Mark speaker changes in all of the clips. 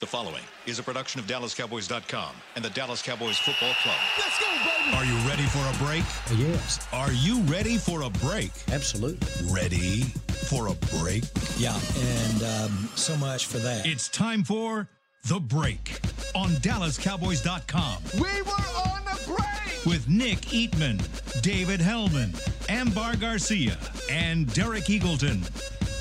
Speaker 1: The following is a production of DallasCowboys.com and the Dallas Cowboys Football Club.
Speaker 2: Let's go, baby.
Speaker 3: Are you ready for a break?
Speaker 4: Yes,
Speaker 3: Are you ready for a break?
Speaker 4: absolutely.
Speaker 3: Ready for a break?
Speaker 4: Yeah, and um, so much for that.
Speaker 3: It's time for The Break on DallasCowboys.com
Speaker 2: We were on a break.
Speaker 3: with Nick Eatman, David Hellman, Ambar Garcia, and Derek Eagleton.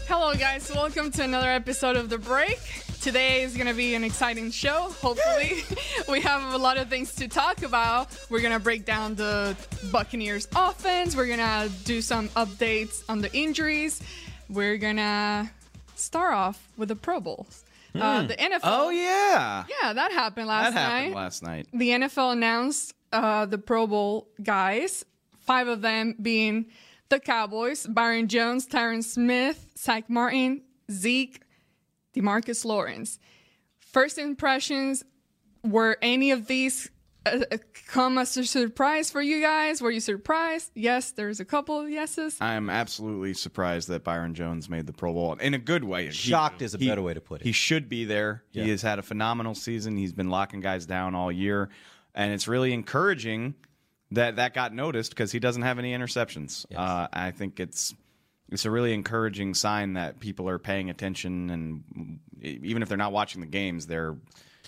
Speaker 5: Hello, guys. Welcome to another episode of The Break. Today is going to be an exciting show. Hopefully, we have a lot of things to talk about. We're going to break down the Buccaneers offense. We're going to do some updates on the injuries. We're going to start off with the Pro Bowls. Uh, the NFL.
Speaker 6: Oh yeah,
Speaker 5: Yeah, that happened
Speaker 6: that
Speaker 5: last
Speaker 6: happened
Speaker 5: night.
Speaker 6: last night.
Speaker 5: the NFL announced uh, the Pro Bowl guys, five of them being the Cowboys, Byron Jones, Tyron Smith, Zach Martin, Zeke, Demarcus Lawrence. First impressions were any of these uh, uh, come as a surprise for you guys? Were you surprised? Yes, there's a couple of yeses.
Speaker 6: I am absolutely surprised that Byron Jones made the Pro Bowl in a good way. He-
Speaker 7: Shocked is a better way to put it.
Speaker 6: He should be there. He has had a phenomenal season. He's been locking guys down all year, and it's really encouraging that that got noticed because he doesn't have any interceptions. Uh, I think it's it's a really encouraging sign that people are paying attention, and e, even if they're not watching the games, they're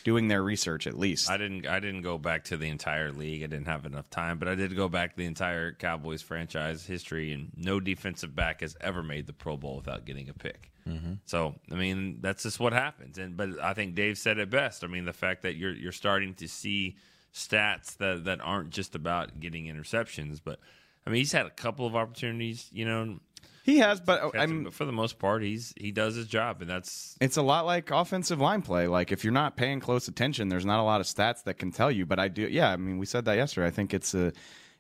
Speaker 6: doing their research at least.
Speaker 8: I didn't. I didn't go back to the entire league. I didn't have enough time, but I did go back to the entire Cowboys franchise history, and no defensive back has ever made the Pro Bowl without getting a pick.
Speaker 6: Mm-hmm.
Speaker 8: So, I mean, that's just what happens. And but I think Dave said it best. I mean, the fact that you're you're starting to see stats that that aren't just about getting interceptions, but I mean, he's had a couple of opportunities, you know.
Speaker 6: he has, but
Speaker 8: catching,
Speaker 6: I'm
Speaker 8: but for the most part, he's he does his job, and that's
Speaker 6: it's a lot like offensive line play. Like if you're not paying close attention, there's not a lot of stats that can tell you. But I do, yeah. I mean, we said that yesterday. I think it's a,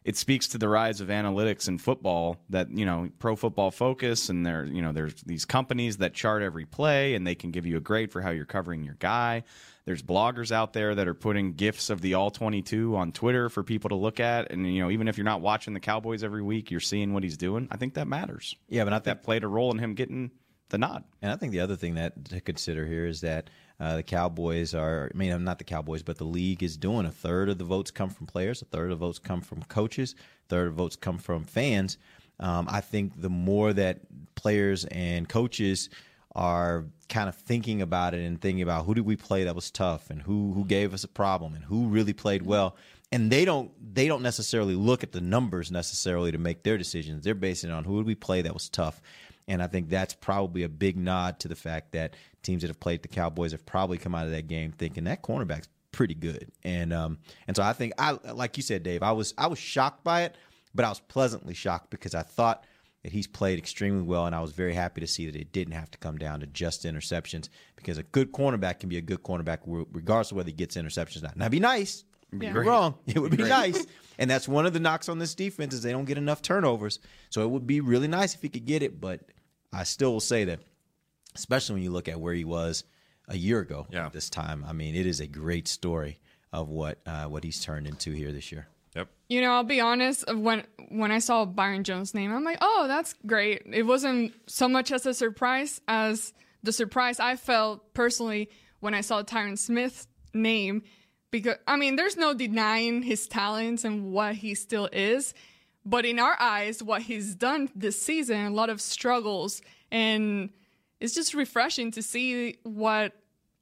Speaker 6: it speaks to the rise of analytics in football. That you know, Pro Football Focus, and there, you know, there's these companies that chart every play, and they can give you a grade for how you're covering your guy. There's bloggers out there that are putting gifs of the all 22 on Twitter for people to look at, and you know, even if you're not watching the Cowboys every week, you're seeing what he's doing. I think that matters.
Speaker 7: yeah, but I think,
Speaker 6: That played a role in him getting the nod.
Speaker 7: and I think the other thing that to consider here is that uh, the Cowboys are. I mean, not the Cowboys, but the league is doing a third of the votes come from players, a third of the votes come from coaches, a third of the votes come from fans. Um, I think the more that players and coaches are kind of thinking about it and thinking about who did we play that was tough and who who gave us a problem and who really played well and they don't they don't necessarily look at the numbers necessarily to make their decisions they're basing it on who did we play that was tough and I think that's probably a big nod to the fact that teams that have played the Cowboys have probably come out of that game thinking that cornerback's pretty good. And um, and so I think I like you said, Dave, I was I was shocked by it, but I was pleasantly shocked because I thought that he's played extremely well, and I was very happy to see that it didn't have to come down to just interceptions because a good cornerback can be a good cornerback re- regardless of whether he gets interceptions or not. Now, it'd be nice. You're wrong. It would be nice. And that's one of the knocks on this defense is they don't get enough turnovers. So it would be really nice if he could get it, but I still will say that, especially when you look at where he was a year ago
Speaker 8: Yeah.
Speaker 7: at this time. I mean, it is a great story of what uh, what he's turned into here this year.
Speaker 8: yep.
Speaker 5: You know, I'll be honest. When when I saw Byron Jones' name, I'm like, oh, that's great. It wasn't so much as a surprise as the surprise I felt personally when I saw Tyron Smith's name. Because I mean, there's no denying his talents and what he still is, but in our eyes, what he's done this season, a lot of struggles, and it's just refreshing to see what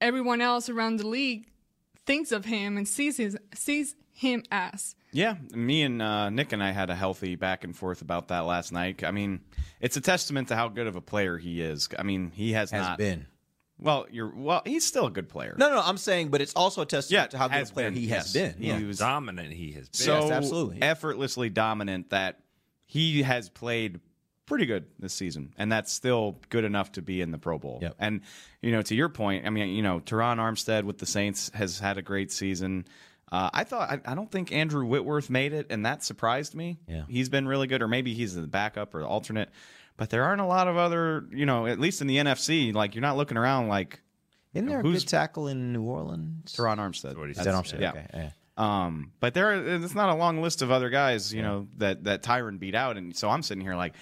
Speaker 5: everyone else around the league thinks of him and sees his, sees him as.
Speaker 6: Yeah, me and uh, Nick and I had a healthy back and forth about that last night. I mean, it's a testament to how good of a player he is. I mean, he has,
Speaker 7: Has
Speaker 6: not
Speaker 7: been.
Speaker 6: Well, you're well. He's still a good player.
Speaker 7: No, no, no, I'm saying, but it's also a testament
Speaker 6: yeah,
Speaker 7: to how good
Speaker 6: has
Speaker 7: a player
Speaker 6: been,
Speaker 7: he has
Speaker 6: yes.
Speaker 7: been. Yeah.
Speaker 6: He was
Speaker 8: Dominant he has been.
Speaker 6: so
Speaker 7: Yes, absolutely.
Speaker 6: effortlessly dominant that he has played pretty good this season, and that's still good enough to be in the Pro Bowl.
Speaker 7: Yep.
Speaker 6: And you know, to your point, I mean, you know, Teron Armstead with the Saints has had a great season. Uh, I thought I, I don't think Andrew Whitworth made it, and that surprised me.
Speaker 7: Yeah.
Speaker 6: he's been really good, or maybe he's the backup or the alternate. But there aren't a lot of other, you know, at least in the NFC, like you're not looking around like
Speaker 7: Isn't there a
Speaker 6: Who's-
Speaker 7: good tackle in New Orleans?
Speaker 6: Teron Armstead.
Speaker 8: what he
Speaker 7: Is
Speaker 8: said.
Speaker 7: that Armstead?
Speaker 6: Yeah.
Speaker 7: Okay. yeah.
Speaker 6: Um, but there, are, it's not a long list of other guys, you know, that that Tyron beat out, and so I'm sitting here like,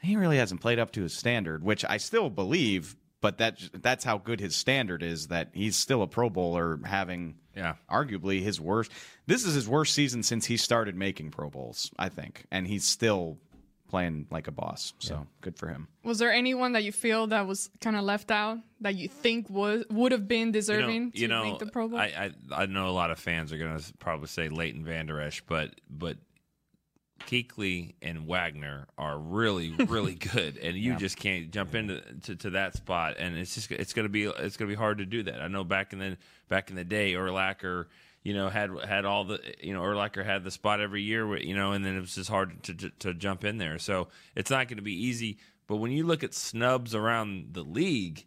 Speaker 6: he really hasn't played up to his standard, which I still believe But that that's how good his standard is that he's still a Pro Bowler, having
Speaker 8: Yeah.
Speaker 6: arguably his worst. This is his worst season since he started making Pro Bowls, I think, and he's still playing like a boss. So good for him.
Speaker 5: Was there anyone that you feel that was kind of left out that you think was would have been deserving to make the Pro Bowl?
Speaker 8: I, I I know a lot of fans are going to probably say Leighton Vander Esch, but but Keekley and Wagner are really really good, and you just can't jump into to, to that spot, and it's just it's going to be it's going to be hard to do that. I know back in the back in the day, Urlacher. You know, had had all the you know Urlacher had the spot every year, where- you know, and then it was just hard to to, to jump in there. So it's not going to be easy. But when you look at snubs around the league,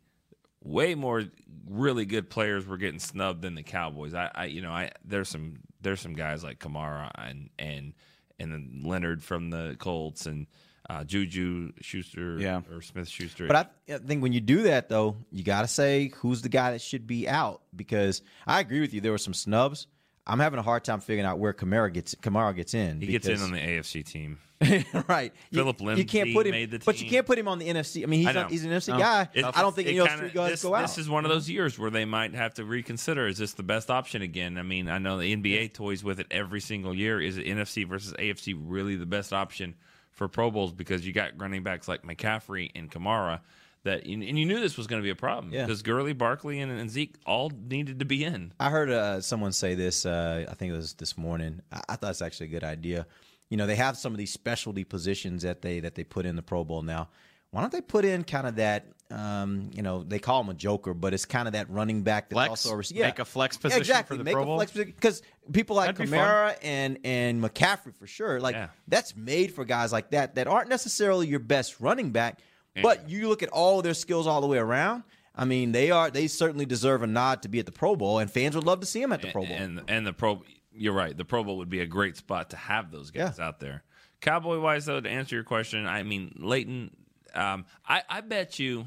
Speaker 8: way more really good players were getting snubbed than the Cowboys. I, I you know, I there's some there's some guys like Kamara and and and then Leonard from the Colts and uh, Juju Schuster
Speaker 6: Yeah.
Speaker 8: or Smith Schuster.
Speaker 7: But I, I think when you do that, though, you got to say who's the guy that should be out because I agree with you. There were some snubs. I'm having a hard time figuring out where Kamara gets Kamara gets in.
Speaker 8: he gets in
Speaker 7: because-
Speaker 8: on the AFC team.
Speaker 7: right. You-
Speaker 8: Philip
Speaker 7: you,
Speaker 8: Lindsay
Speaker 7: can't put him,
Speaker 8: made the
Speaker 7: but you
Speaker 8: team.
Speaker 7: can't put him on the NFC. I mean,
Speaker 8: I
Speaker 7: he's,
Speaker 8: know.
Speaker 7: not, he's an NFC guy.
Speaker 8: It-
Speaker 7: I don't think
Speaker 8: it
Speaker 7: any of those
Speaker 8: kinda-
Speaker 7: three guys
Speaker 8: this,
Speaker 7: go out.
Speaker 8: This is one of those years where they might have to reconsider: is this the best option again? I mean, I know the NBA toys with it every single year. Is NFC versus AFC really the best option for Pro Bowls because you got running backs like McCaffrey and Kamara that, and and you knew this was going to be a problem
Speaker 7: Yeah.
Speaker 8: because Gurley, Barkley, and, and Zeke all needed to be in.
Speaker 7: I heard uh, someone say this. Uh, I think it was this morning. I, I thought it's actually a good idea. You know, they have some of these specialty positions that they that they put in the Pro Bowl now. Why don't they put in kind of that? Um, you know, they call him a joker, but it's kind of that running back that's
Speaker 6: Flex?
Speaker 7: also a rece-
Speaker 6: Make a flex position
Speaker 7: exactly.
Speaker 6: for the
Speaker 7: Make
Speaker 6: Pro
Speaker 7: a
Speaker 6: Bowl?
Speaker 7: flex position because people like
Speaker 6: That'd be fun.
Speaker 7: Kamara and and McCaffrey for sure. Like
Speaker 8: Yeah.
Speaker 7: that's made for guys like that that aren't necessarily your best running back, but you look at all their skills all the way around. I mean, they are they certainly deserve a nod to be at the Pro Bowl, and fans would love to see them at the Pro Bowl.
Speaker 8: And and the Pro, you're right. The Pro Bowl would be a great spot to have those guys out there. Cowboy wise, though, to answer your question, I mean Leighton, um, I I bet you,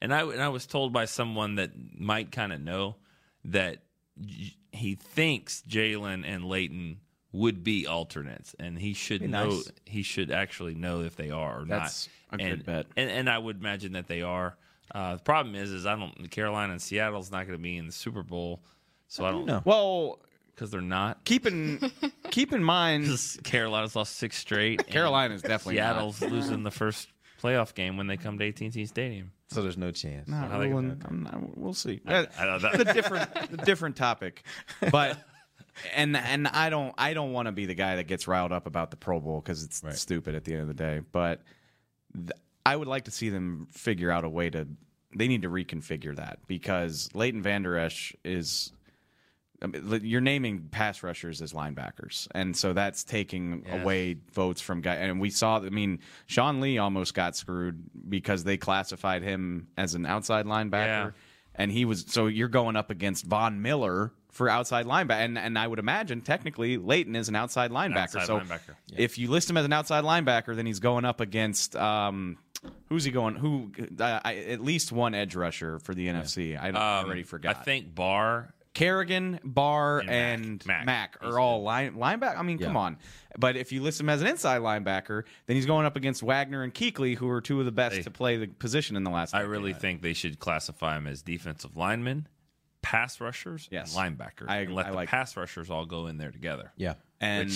Speaker 8: and I and I was told by someone that might kind of know that j- he thinks Jalen and Leighton would be alternates, and he should know
Speaker 7: nice.
Speaker 8: he should actually know if they are or
Speaker 6: That's
Speaker 8: not.
Speaker 6: a good
Speaker 8: and,
Speaker 6: bet.
Speaker 8: and and I would imagine that they are. Uh, the problem is, is I don't. Carolina and Seattle's not going to be in the Super Bowl, so I don't know
Speaker 6: Well,
Speaker 8: because they're not.
Speaker 6: keep in keep in mind,
Speaker 8: Carolina's lost six straight. and
Speaker 6: Carolina's definitely not.
Speaker 8: Seattle's losing the first playoff game when they come to AT&T Stadium.
Speaker 7: So there's no chance.
Speaker 6: Not
Speaker 8: I think
Speaker 6: ruling-
Speaker 8: about
Speaker 6: I'm not- we'll see.
Speaker 8: I know that- um,
Speaker 6: It's a different, it's a different topic, but and and I don't I don't want to be the guy that gets riled up about the Pro Bowl because it's stupid at the end of the day. But th- I would like to see them figure out a way to. They need to reconfigure that because Leighton Vander Esch is. I mean, li- you're naming pass rushers as linebackers, and so that's taking away votes from guys. And we saw, I mean, Sean Lee almost got screwed because they classified him as an outside linebacker,
Speaker 8: Yeah.
Speaker 6: and he was. So you're going up against Von Miller for outside linebacker, and and I would imagine technically Leighton is an outside linebacker.
Speaker 8: outside
Speaker 6: so
Speaker 8: linebacker.
Speaker 6: if you list him as an outside linebacker, then he's going up against. Um, Who's he going? Who uh, I, at least one edge rusher for the NFC? I, I already forgot.
Speaker 8: Um, I think Barr.
Speaker 6: Kerrigan, Barr, and,
Speaker 8: Mack. Mack.
Speaker 6: Mack, are all line, linebacker. I mean, come on. But if you list him as an inside linebacker, then he's going up against Wagner and Keekley, who are two of the best to play the position in the last.
Speaker 8: I really think they should classify him as defensive linemen, pass rushers,
Speaker 6: Yes.
Speaker 8: and linebackers,
Speaker 6: I-
Speaker 8: and let
Speaker 6: I
Speaker 8: the
Speaker 6: like-
Speaker 8: pass rushers all go in there together.
Speaker 7: Yeah.
Speaker 6: and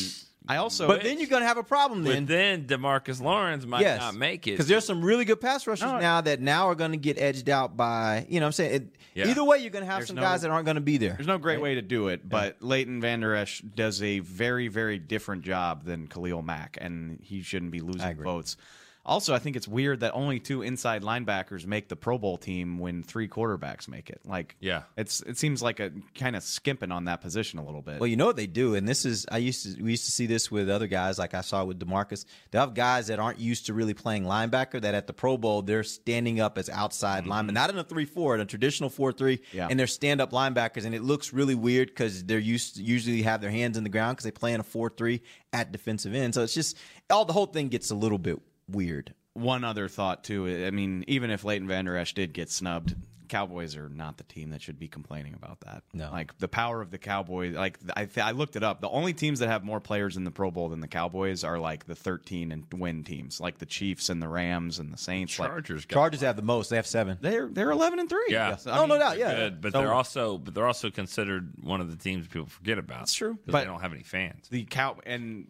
Speaker 6: I also,
Speaker 7: But then you're going to have a problem
Speaker 8: But
Speaker 7: then.
Speaker 8: then Demarcus Lawrence might
Speaker 7: yes.
Speaker 8: not make it
Speaker 7: Because there's some really good pass rushers now that now are going to get edged out by, you know what I'm saying? It,
Speaker 8: Yeah.
Speaker 7: Either way, you're going to have
Speaker 6: There's
Speaker 7: some
Speaker 6: no-
Speaker 7: guys that aren't going to be there.
Speaker 6: there's no great way to do it. But Leighton Vander Esch does a very, very different job than Khalil Mack, and he shouldn't be losing votes. Also, I think it's weird that only two inside linebackers make the Pro Bowl team when three quarterbacks make it. Like,
Speaker 8: Yeah.
Speaker 6: it's it seems like a kind of skimping on that position a little bit.
Speaker 7: Well, you know what they do, and this is I used to we used to see this with other guys, like I saw with Demarcus. They have guys that aren't used to really playing linebacker. That at the Pro Bowl they're standing up as outside linemen, not in a three four, in a traditional four three,
Speaker 6: Mm-hmm. Yeah.
Speaker 7: and they're stand up linebackers, and it looks really weird because they're used to usually have their hands in the ground because they play in a four three at defensive end. So it's just all the whole thing gets a little bit weird.
Speaker 6: one other thought too. I mean, even if Leighton Vander Esch did get snubbed, Cowboys are not the team that should be complaining about that.
Speaker 7: No.
Speaker 6: like the power of the Cowboys. Like I, th- I looked it up. The only teams that have more players in the Pro Bowl than the Cowboys are like the 13 and win teams, like the Chiefs and the Rams and the Saints. Like,
Speaker 8: Chargers got
Speaker 7: Chargers have the most. They have seven.
Speaker 6: they're they're 11 and three.
Speaker 8: Yeah.
Speaker 6: Yes. I
Speaker 7: Oh, no doubt. Yeah.
Speaker 8: good, but
Speaker 7: So-
Speaker 8: they're also but they're also considered one of the teams people forget about. That's
Speaker 6: true.
Speaker 8: but
Speaker 6: But-
Speaker 8: they don't have any fans. They
Speaker 6: The cow and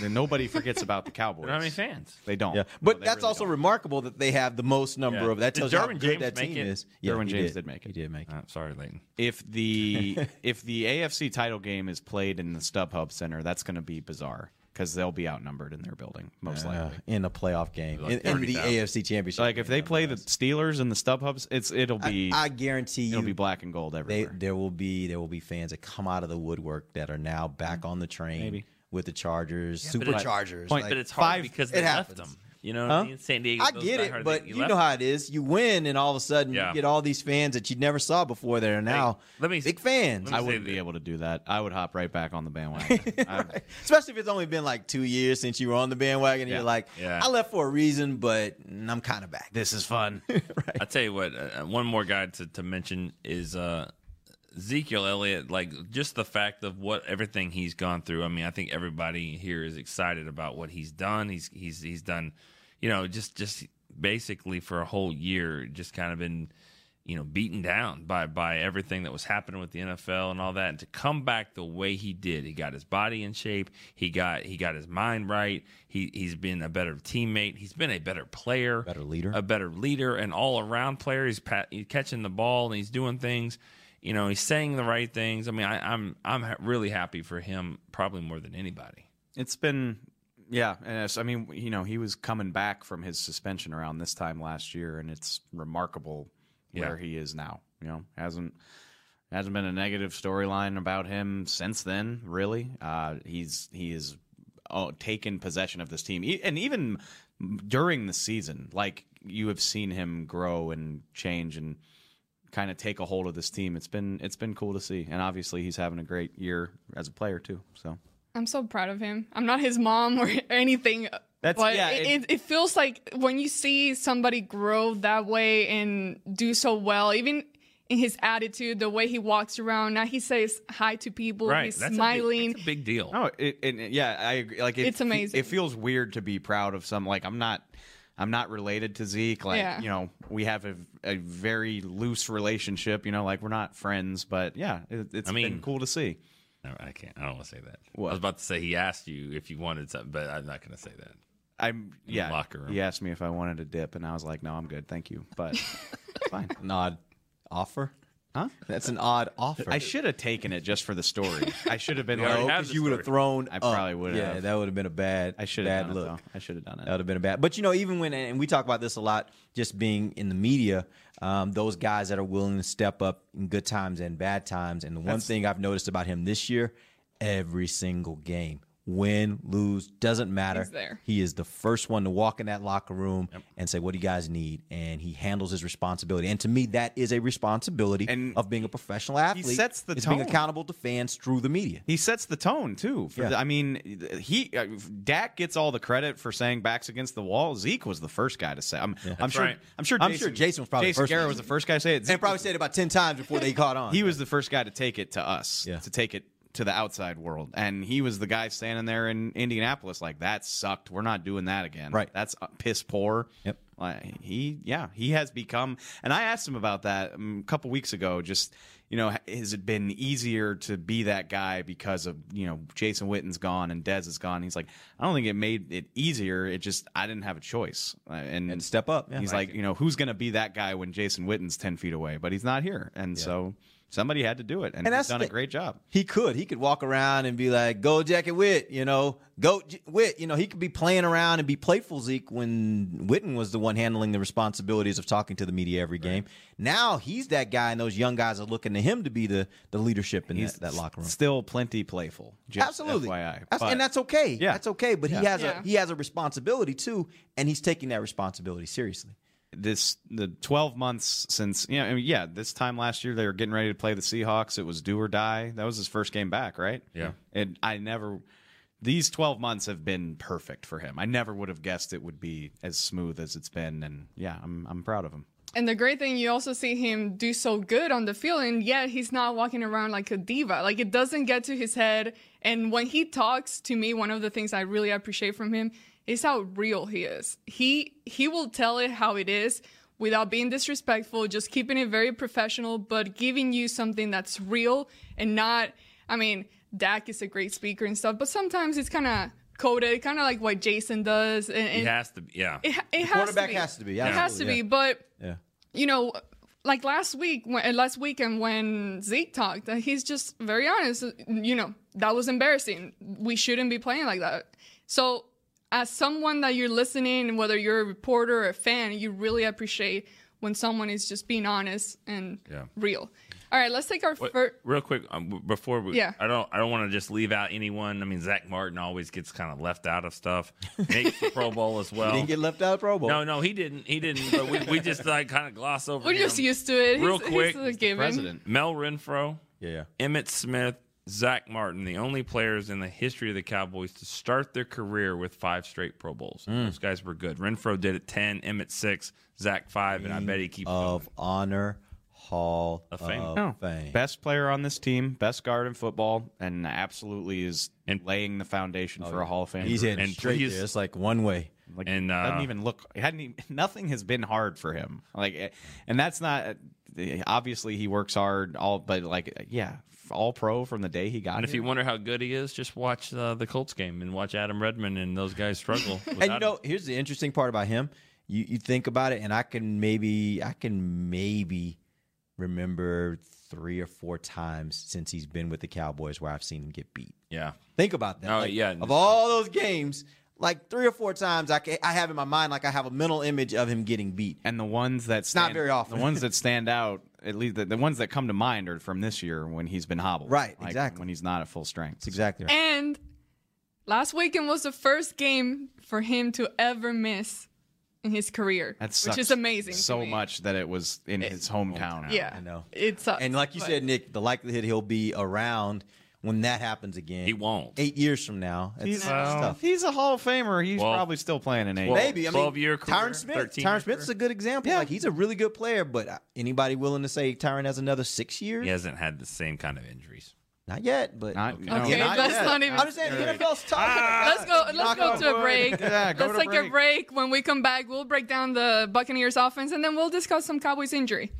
Speaker 6: then nobody forgets about the Cowboys.
Speaker 8: don't have any fans.
Speaker 6: They don't.
Speaker 7: Yeah,
Speaker 6: No,
Speaker 7: but
Speaker 6: they
Speaker 7: that's
Speaker 6: really
Speaker 7: also
Speaker 6: don't.
Speaker 7: remarkable that they have the most number
Speaker 8: Yeah.
Speaker 7: of. That
Speaker 8: Did
Speaker 7: tells you how
Speaker 8: Derwin
Speaker 7: good
Speaker 8: James
Speaker 7: that
Speaker 8: make
Speaker 7: team
Speaker 8: it?
Speaker 7: is. Yeah,
Speaker 6: Derwin
Speaker 7: he
Speaker 6: James did make it.
Speaker 7: He did make it.
Speaker 8: Uh, sorry, Leighton.
Speaker 6: if the if the AFC title game is played in the StubHub Center, that's going to be bizarre because they'll be outnumbered in their building most
Speaker 7: Uh,
Speaker 6: likely.
Speaker 7: in a playoff game
Speaker 8: Like
Speaker 7: in, in the
Speaker 8: 30,000.
Speaker 7: AFC Championship.
Speaker 6: Like if they play the Steelers and the StubHubs, it's it'll be
Speaker 7: I guarantee you,
Speaker 6: it'll be black and gold
Speaker 7: they,
Speaker 6: everywhere.
Speaker 7: there will be there will be fans that come out of the woodwork that are now
Speaker 8: Mm-hmm.
Speaker 7: back on the train with the Chargers, superchargers.
Speaker 6: point-
Speaker 7: like-
Speaker 8: But it's hard
Speaker 6: five-
Speaker 8: because
Speaker 7: it
Speaker 8: they left
Speaker 7: happens.
Speaker 8: them. You know, what
Speaker 7: Huh?
Speaker 8: I mean? San Diego.
Speaker 7: I
Speaker 8: those
Speaker 7: get
Speaker 8: diehard,
Speaker 7: it, but
Speaker 8: they-
Speaker 7: you
Speaker 8: left
Speaker 7: know
Speaker 8: them.
Speaker 7: how it is. You win, and all of a sudden
Speaker 8: Yeah.
Speaker 7: you get all these fans that you never saw before that are now
Speaker 8: let me-
Speaker 7: big fans.
Speaker 8: let me
Speaker 6: I
Speaker 8: say
Speaker 6: wouldn't
Speaker 8: that-
Speaker 6: be able to do that. I would hop right back on the bandwagon. I-
Speaker 7: Especially if it's only been like two years since you were on the bandwagon, and
Speaker 6: Yeah.
Speaker 7: you're like,
Speaker 8: Yeah.
Speaker 7: I left for a reason, but I'm kind of back.
Speaker 6: this is fun.
Speaker 8: I tell you what, uh, uh, one more guy to, to mention is uh, Ezekiel Elliott. Like just the fact of what everything he's gone through. I mean, I think everybody here is excited about what he's done. He's he's he's done, you know, just just basically for a whole year, just kind of been, you know, beaten down by by everything that was happening with the NFL and all that. And to come back the way he did, he got his body in shape. He got he got his mind right. He he's been a better teammate. He's been a better player,
Speaker 7: Better leader.
Speaker 8: a better leader and all around player. He's, pat, he's catching the ball and he's doing things. You know, he's saying the right things. I mean, I, I'm I'm ha- really happy for him, probably more than anybody.
Speaker 6: it's been yeah and it's- i mean you know he was coming back from his suspension around this time last year and it's remarkable where
Speaker 8: Yeah.
Speaker 6: he is now you know hasn't hasn't been a negative storyline about him since then really uh he's he is oh, taken possession of this team E- and even during the season like you have seen him grow and change and kind of take a hold of this team it's been it's been cool to see and obviously he's having a great year as a player too so
Speaker 5: I'm so proud of him. I'm not his mom or anything.
Speaker 6: That's-
Speaker 5: but
Speaker 6: yeah,
Speaker 5: It,
Speaker 6: it-
Speaker 5: it, it feels like when you see somebody grow that way and do so well, even in his attitude, the way he walks around. Now he says hi to people. He's
Speaker 8: that's A
Speaker 5: smiling.
Speaker 8: big, that's a big deal.
Speaker 6: No, it, it, it- yeah, I agree. Like it,
Speaker 5: It's amazing.
Speaker 6: It feels weird to be proud of some. Like I'm not, I'm not related to Zeke. Like
Speaker 5: Yeah.
Speaker 6: you know, we have a, a very loose relationship. You know, like we're not friends, but yeah, it, it's
Speaker 8: I mean-
Speaker 6: been cool to see.
Speaker 8: No, I can't. I don't want to say that.
Speaker 6: What?
Speaker 8: I was about to say he asked you if you wanted something, but I'm not going to say that.
Speaker 6: I'm yeah.
Speaker 8: locker room.
Speaker 6: He asked me if I wanted a dip, and I was like, no, I'm good, thank you. But it's fine.
Speaker 7: An odd offer.
Speaker 6: Huh?
Speaker 7: That's an odd offer.
Speaker 6: I should have taken it just for the story. I should have been
Speaker 8: We already
Speaker 6: like,
Speaker 8: have
Speaker 7: because
Speaker 8: the
Speaker 7: you would
Speaker 8: story.
Speaker 7: have thrown.
Speaker 6: I
Speaker 7: up.
Speaker 6: probably would
Speaker 7: Yeah,
Speaker 6: have.
Speaker 7: that would have been a bad.
Speaker 6: I should have
Speaker 7: bad
Speaker 6: done
Speaker 7: look.
Speaker 6: it. Though. I should have done it.
Speaker 7: That would have been a bad. But you know, even when and we talk about this a lot, just being in the media, um, those guys that are willing to step up in good times and bad times. And the one thing I've noticed about him this year, every single game, win, lose, doesn't matter.
Speaker 5: He's there.
Speaker 7: He is the first one to walk in that locker room and say, "What do you guys need?" And he handles his responsibility. And to me, that is a responsibility
Speaker 6: And
Speaker 7: of being a professional athlete.
Speaker 6: sets the
Speaker 7: is
Speaker 6: tone.
Speaker 7: being accountable to fans through the media.
Speaker 6: He sets the tone too. For
Speaker 7: Yeah.
Speaker 6: the, I mean, he uh, Dak gets all the credit for saying backs against the wall. Zeke was the first guy to say. I'm, I'm sure.
Speaker 8: right.
Speaker 6: I'm sure.
Speaker 7: I'm
Speaker 6: Jason,
Speaker 7: sure Jason was probably the
Speaker 6: Jason
Speaker 7: first
Speaker 6: Garrett
Speaker 7: one.
Speaker 6: was the first guy to say it.
Speaker 7: And probably said it about ten times before they caught on.
Speaker 6: he was the first guy to take it to us.
Speaker 7: Yeah.
Speaker 6: To take it to the outside world, and he was the guy standing there in Indianapolis like that sucked. We're not doing that again.
Speaker 7: Right.
Speaker 6: That's uh, piss poor.
Speaker 7: Yep.
Speaker 6: Like he, yeah, he has become. And I asked him about that um, a couple weeks ago. Just you know, has it been easier to be that guy because of you know Jason Witten's gone and Dez is gone? He's like, I don't think it made it easier. It just I didn't have a choice. Uh, And,
Speaker 7: And step up, yeah.
Speaker 6: He's like, you know, who's going to be that guy when Jason Witten's ten feet away? But he's not here, and so somebody had to do it, and,
Speaker 7: And
Speaker 6: he's
Speaker 7: that's
Speaker 6: done
Speaker 7: the-
Speaker 6: a great job.
Speaker 7: He could. He could walk around and be like, "Go Jacket Wit," you know, "Go J- Wit," you know. He could be playing around and be playful Zeke when Witten was the one handling the responsibilities of talking to the media every game. Now he's that guy, and those young guys are looking to him to be the the leadership in that, that locker room.
Speaker 6: Still plenty playful. Just
Speaker 7: Absolutely,
Speaker 6: FYI.
Speaker 7: That's-
Speaker 6: But-
Speaker 7: and that's okay.
Speaker 6: Yeah.
Speaker 7: that's okay. But he has
Speaker 5: Yeah.
Speaker 7: a he has a responsibility too, and he's taking that responsibility seriously.
Speaker 6: this the 12 months since you know, I mean, yeah this time last year they were getting ready to play the seahawks it was do or die that was his first game back right
Speaker 8: Yeah.
Speaker 6: and i never these 12 months have been perfect for him i never would have guessed it would be as smooth as it's been and yeah i'm, I'm proud of him
Speaker 5: And the great thing, you also see him do so good on the field, and yet he's not walking around like a diva. Like it doesn't get to his head. And when he talks to me, one of the things I really appreciate from him is how real he is. He he will tell it how it is without being disrespectful, just keeping it very professional, but giving you something that's real and not. I mean, Dak is a great speaker and stuff, but sometimes it's kind of coded, kind of like what Jason does. And,
Speaker 8: He
Speaker 5: and
Speaker 8: has to. be- Yeah.
Speaker 5: it, ha- it has
Speaker 7: quarterback
Speaker 5: to be.
Speaker 7: has to be,
Speaker 5: It has to
Speaker 7: absolutely,
Speaker 5: be.
Speaker 7: yeah.
Speaker 5: But
Speaker 7: Yeah.
Speaker 5: you know, like last week, when, uh, last weekend when Zeke talked, uh, he's just very honest. uh, You know, that was embarrassing. We shouldn't be playing like that. So, as someone that you're listening, whether you're a reporter or a fan, you really appreciate when someone is just being honest and
Speaker 8: Yeah.
Speaker 5: real. All right, let's take our
Speaker 8: What-
Speaker 5: first.
Speaker 8: real quick um, w- before we,
Speaker 5: Yeah.
Speaker 8: I don't, I don't want to just leave out anyone. I mean, Zach Martin always gets kind of left out of stuff. Nate's the Pro Bowl as well.
Speaker 7: He didn't get left out of Pro Bowl.
Speaker 8: no, no, he didn't. He didn't. But we, we just like kind of gloss over.
Speaker 5: We're just
Speaker 8: him.
Speaker 5: used to it.
Speaker 8: Real
Speaker 5: he's,
Speaker 8: quick,
Speaker 5: he's a
Speaker 8: he's the
Speaker 5: given.
Speaker 8: Mel Renfro,
Speaker 7: Yeah, yeah.
Speaker 8: Emmett Smith, Zach Martin, the only players in the history of the Cowboys to start their career with five straight Pro Bowls.
Speaker 7: Hmm.
Speaker 8: Those guys were good. Renfro did it ten, Emmett six, Zach five, and I bet he keeps
Speaker 7: Of Honor Hall
Speaker 8: Of
Speaker 7: of
Speaker 8: Fame.
Speaker 7: Fame.
Speaker 6: No. Best player on this team, best guard in football, and absolutely is laying the foundation for a Hall of Fame.
Speaker 7: Oh, He's
Speaker 6: career.
Speaker 7: in
Speaker 8: And
Speaker 7: straight
Speaker 8: please-
Speaker 7: there. It's like one way.
Speaker 6: Like,
Speaker 8: And,
Speaker 6: and
Speaker 8: uh,
Speaker 6: doesn't even look. It hadn't even, nothing has been hard for him. Like, eh, and that's not. eh, Obviously, he works hard. All, but like, eh, yeah, all pro from the day he got.
Speaker 8: And if
Speaker 6: here.
Speaker 8: you wonder how good he is, just watch uh, the Colts game and watch Adam Redmond and those guys struggle.
Speaker 7: And you
Speaker 8: without
Speaker 7: know,
Speaker 8: him.
Speaker 7: here's the interesting part about him. You you think about it, and I can maybe I can maybe remember three or four times since he's been with the Cowboys where I've seen him get beat.
Speaker 8: yeah,
Speaker 7: Think about that.
Speaker 8: No,
Speaker 7: Like,
Speaker 8: Oh, yeah.
Speaker 7: Of all those games, like three or four times, I ca I have in my mind like I have a mental image of him getting beat.
Speaker 6: and the ones that
Speaker 7: not
Speaker 6: stand,
Speaker 7: very often.
Speaker 6: The ones that stand out, at least the, the ones that come to mind, are from this year when he's been hobbled.
Speaker 7: Right,
Speaker 6: Like,
Speaker 7: exactly.
Speaker 6: When he's not at full strength.
Speaker 7: Exactly. Right.
Speaker 5: And last weekend was the first game for him to ever miss in his career,
Speaker 6: That sucks
Speaker 5: which is amazing. to
Speaker 6: So
Speaker 5: me.
Speaker 6: much that it was in his hometown.
Speaker 5: Yeah,
Speaker 7: I know.
Speaker 5: it sucks.
Speaker 7: And like you
Speaker 5: but-
Speaker 7: said, Nick, the likelihood he'll be around when that happens again.
Speaker 8: he won't.
Speaker 7: Eight years from now. That's
Speaker 6: He's,
Speaker 7: that's tough.
Speaker 6: if he's a Hall of Famer. He's
Speaker 8: Well-
Speaker 6: probably still playing in eight.
Speaker 8: Well-
Speaker 7: Maybe I
Speaker 8: 12
Speaker 7: mean,
Speaker 8: year career,
Speaker 7: Tyron Smith.
Speaker 8: 13 year
Speaker 7: Tyron Smith's a
Speaker 8: career.
Speaker 7: good example. Like he's a really good player, but uh, anybody willing to say Tyron has another six years?
Speaker 8: He hasn't had the same kind of injuries.
Speaker 7: Not yet, but
Speaker 6: Not- no,
Speaker 5: Okay,
Speaker 6: not
Speaker 5: that's
Speaker 6: yet.
Speaker 5: not even.
Speaker 7: I'm just saying the NFL's tough.
Speaker 5: let's go. Let's
Speaker 7: Knock
Speaker 5: go
Speaker 7: on
Speaker 5: to a
Speaker 7: wood.
Speaker 5: break.
Speaker 6: Yeah, go
Speaker 5: let's
Speaker 6: to
Speaker 5: take a break. When we come back, we'll break down the Buccaneers offense, and then we'll discuss some Cowboys injury.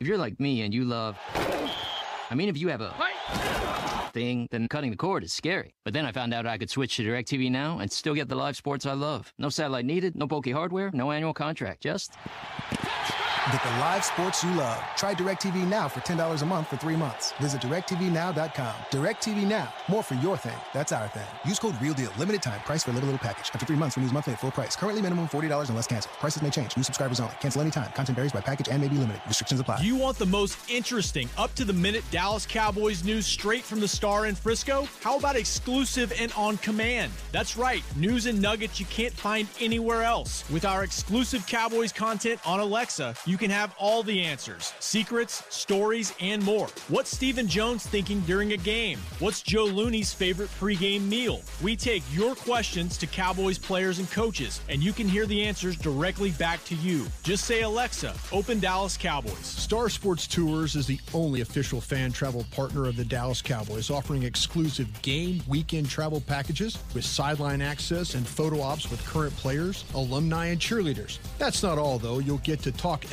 Speaker 9: If you're like me and you love. I mean, if you have a. Thing, then cutting the cord is scary. But then I found out I could switch to DirecTV now and still get the live sports I love. No satellite needed, no bulky hardware, no annual contract, just.
Speaker 10: Get the live sports you love. Try DirecTV Now for $10 a month for three months. Visit DirecTVNow.com. DirecTV Now. More for your thing. That's our thing. Use code REALDEAL. Limited time. Price for little, little package. After three months, renews monthly at full price. Currently minimum $40 unless canceled. Prices may change. New subscribers only. Cancel anytime. Content varies by package and may be limited. Restrictions apply.
Speaker 11: You want the most interesting, up to the minute Dallas Cowboys news straight from the star in Frisco? How about exclusive and on command? That's right, news and nuggets you can't find anywhere else. With our exclusive Cowboys content on Alexa, you can have all the answers secrets, stories, and more. What's Stephen Jones thinking during a game? What's Joe Looney's favorite pregame meal? We take your questions to Cowboys players and coaches, and you can hear the answers directly back to you. Just say, Alexa, open Dallas Cowboys.
Speaker 12: Star Sports Tours is the only official fan travel partner of the Dallas Cowboys, offering exclusive game weekend travel packages with sideline access and photo ops with current players, alumni, and cheerleaders. That's not all, though. You'll get to talk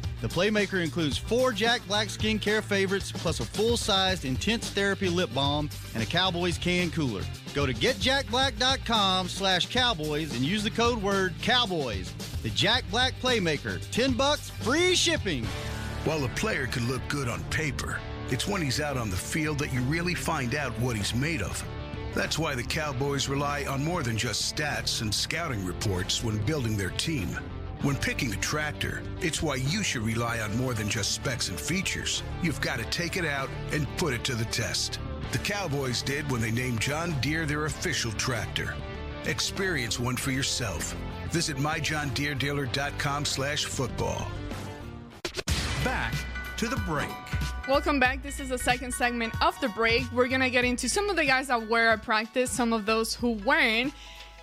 Speaker 11: The Playmaker includes four Jack Black skincare favorites plus a full-sized intense therapy lip balm and a Cowboys can cooler. Go to getjackblack.com slash cowboys and use the code word cowboys. The Jack Black Playmaker, 10 bucks, free shipping.
Speaker 12: While a player can look good on paper, it's when he's out on the field that you really find out what he's made of. That's why the Cowboys rely on more than just stats and scouting reports when building their team. When picking a tractor, it's why you should rely on more than just specs and features. You've got to take it out and put it to the test. The Cowboys did when they named John Deere their official tractor. Experience one for yourself. Visit myjohndeerdealer.com slash football.
Speaker 1: Back to the break.
Speaker 5: Welcome back. This is the second segment of the break. We're gonna get into some of the guys that were at practice, some of those who weren't.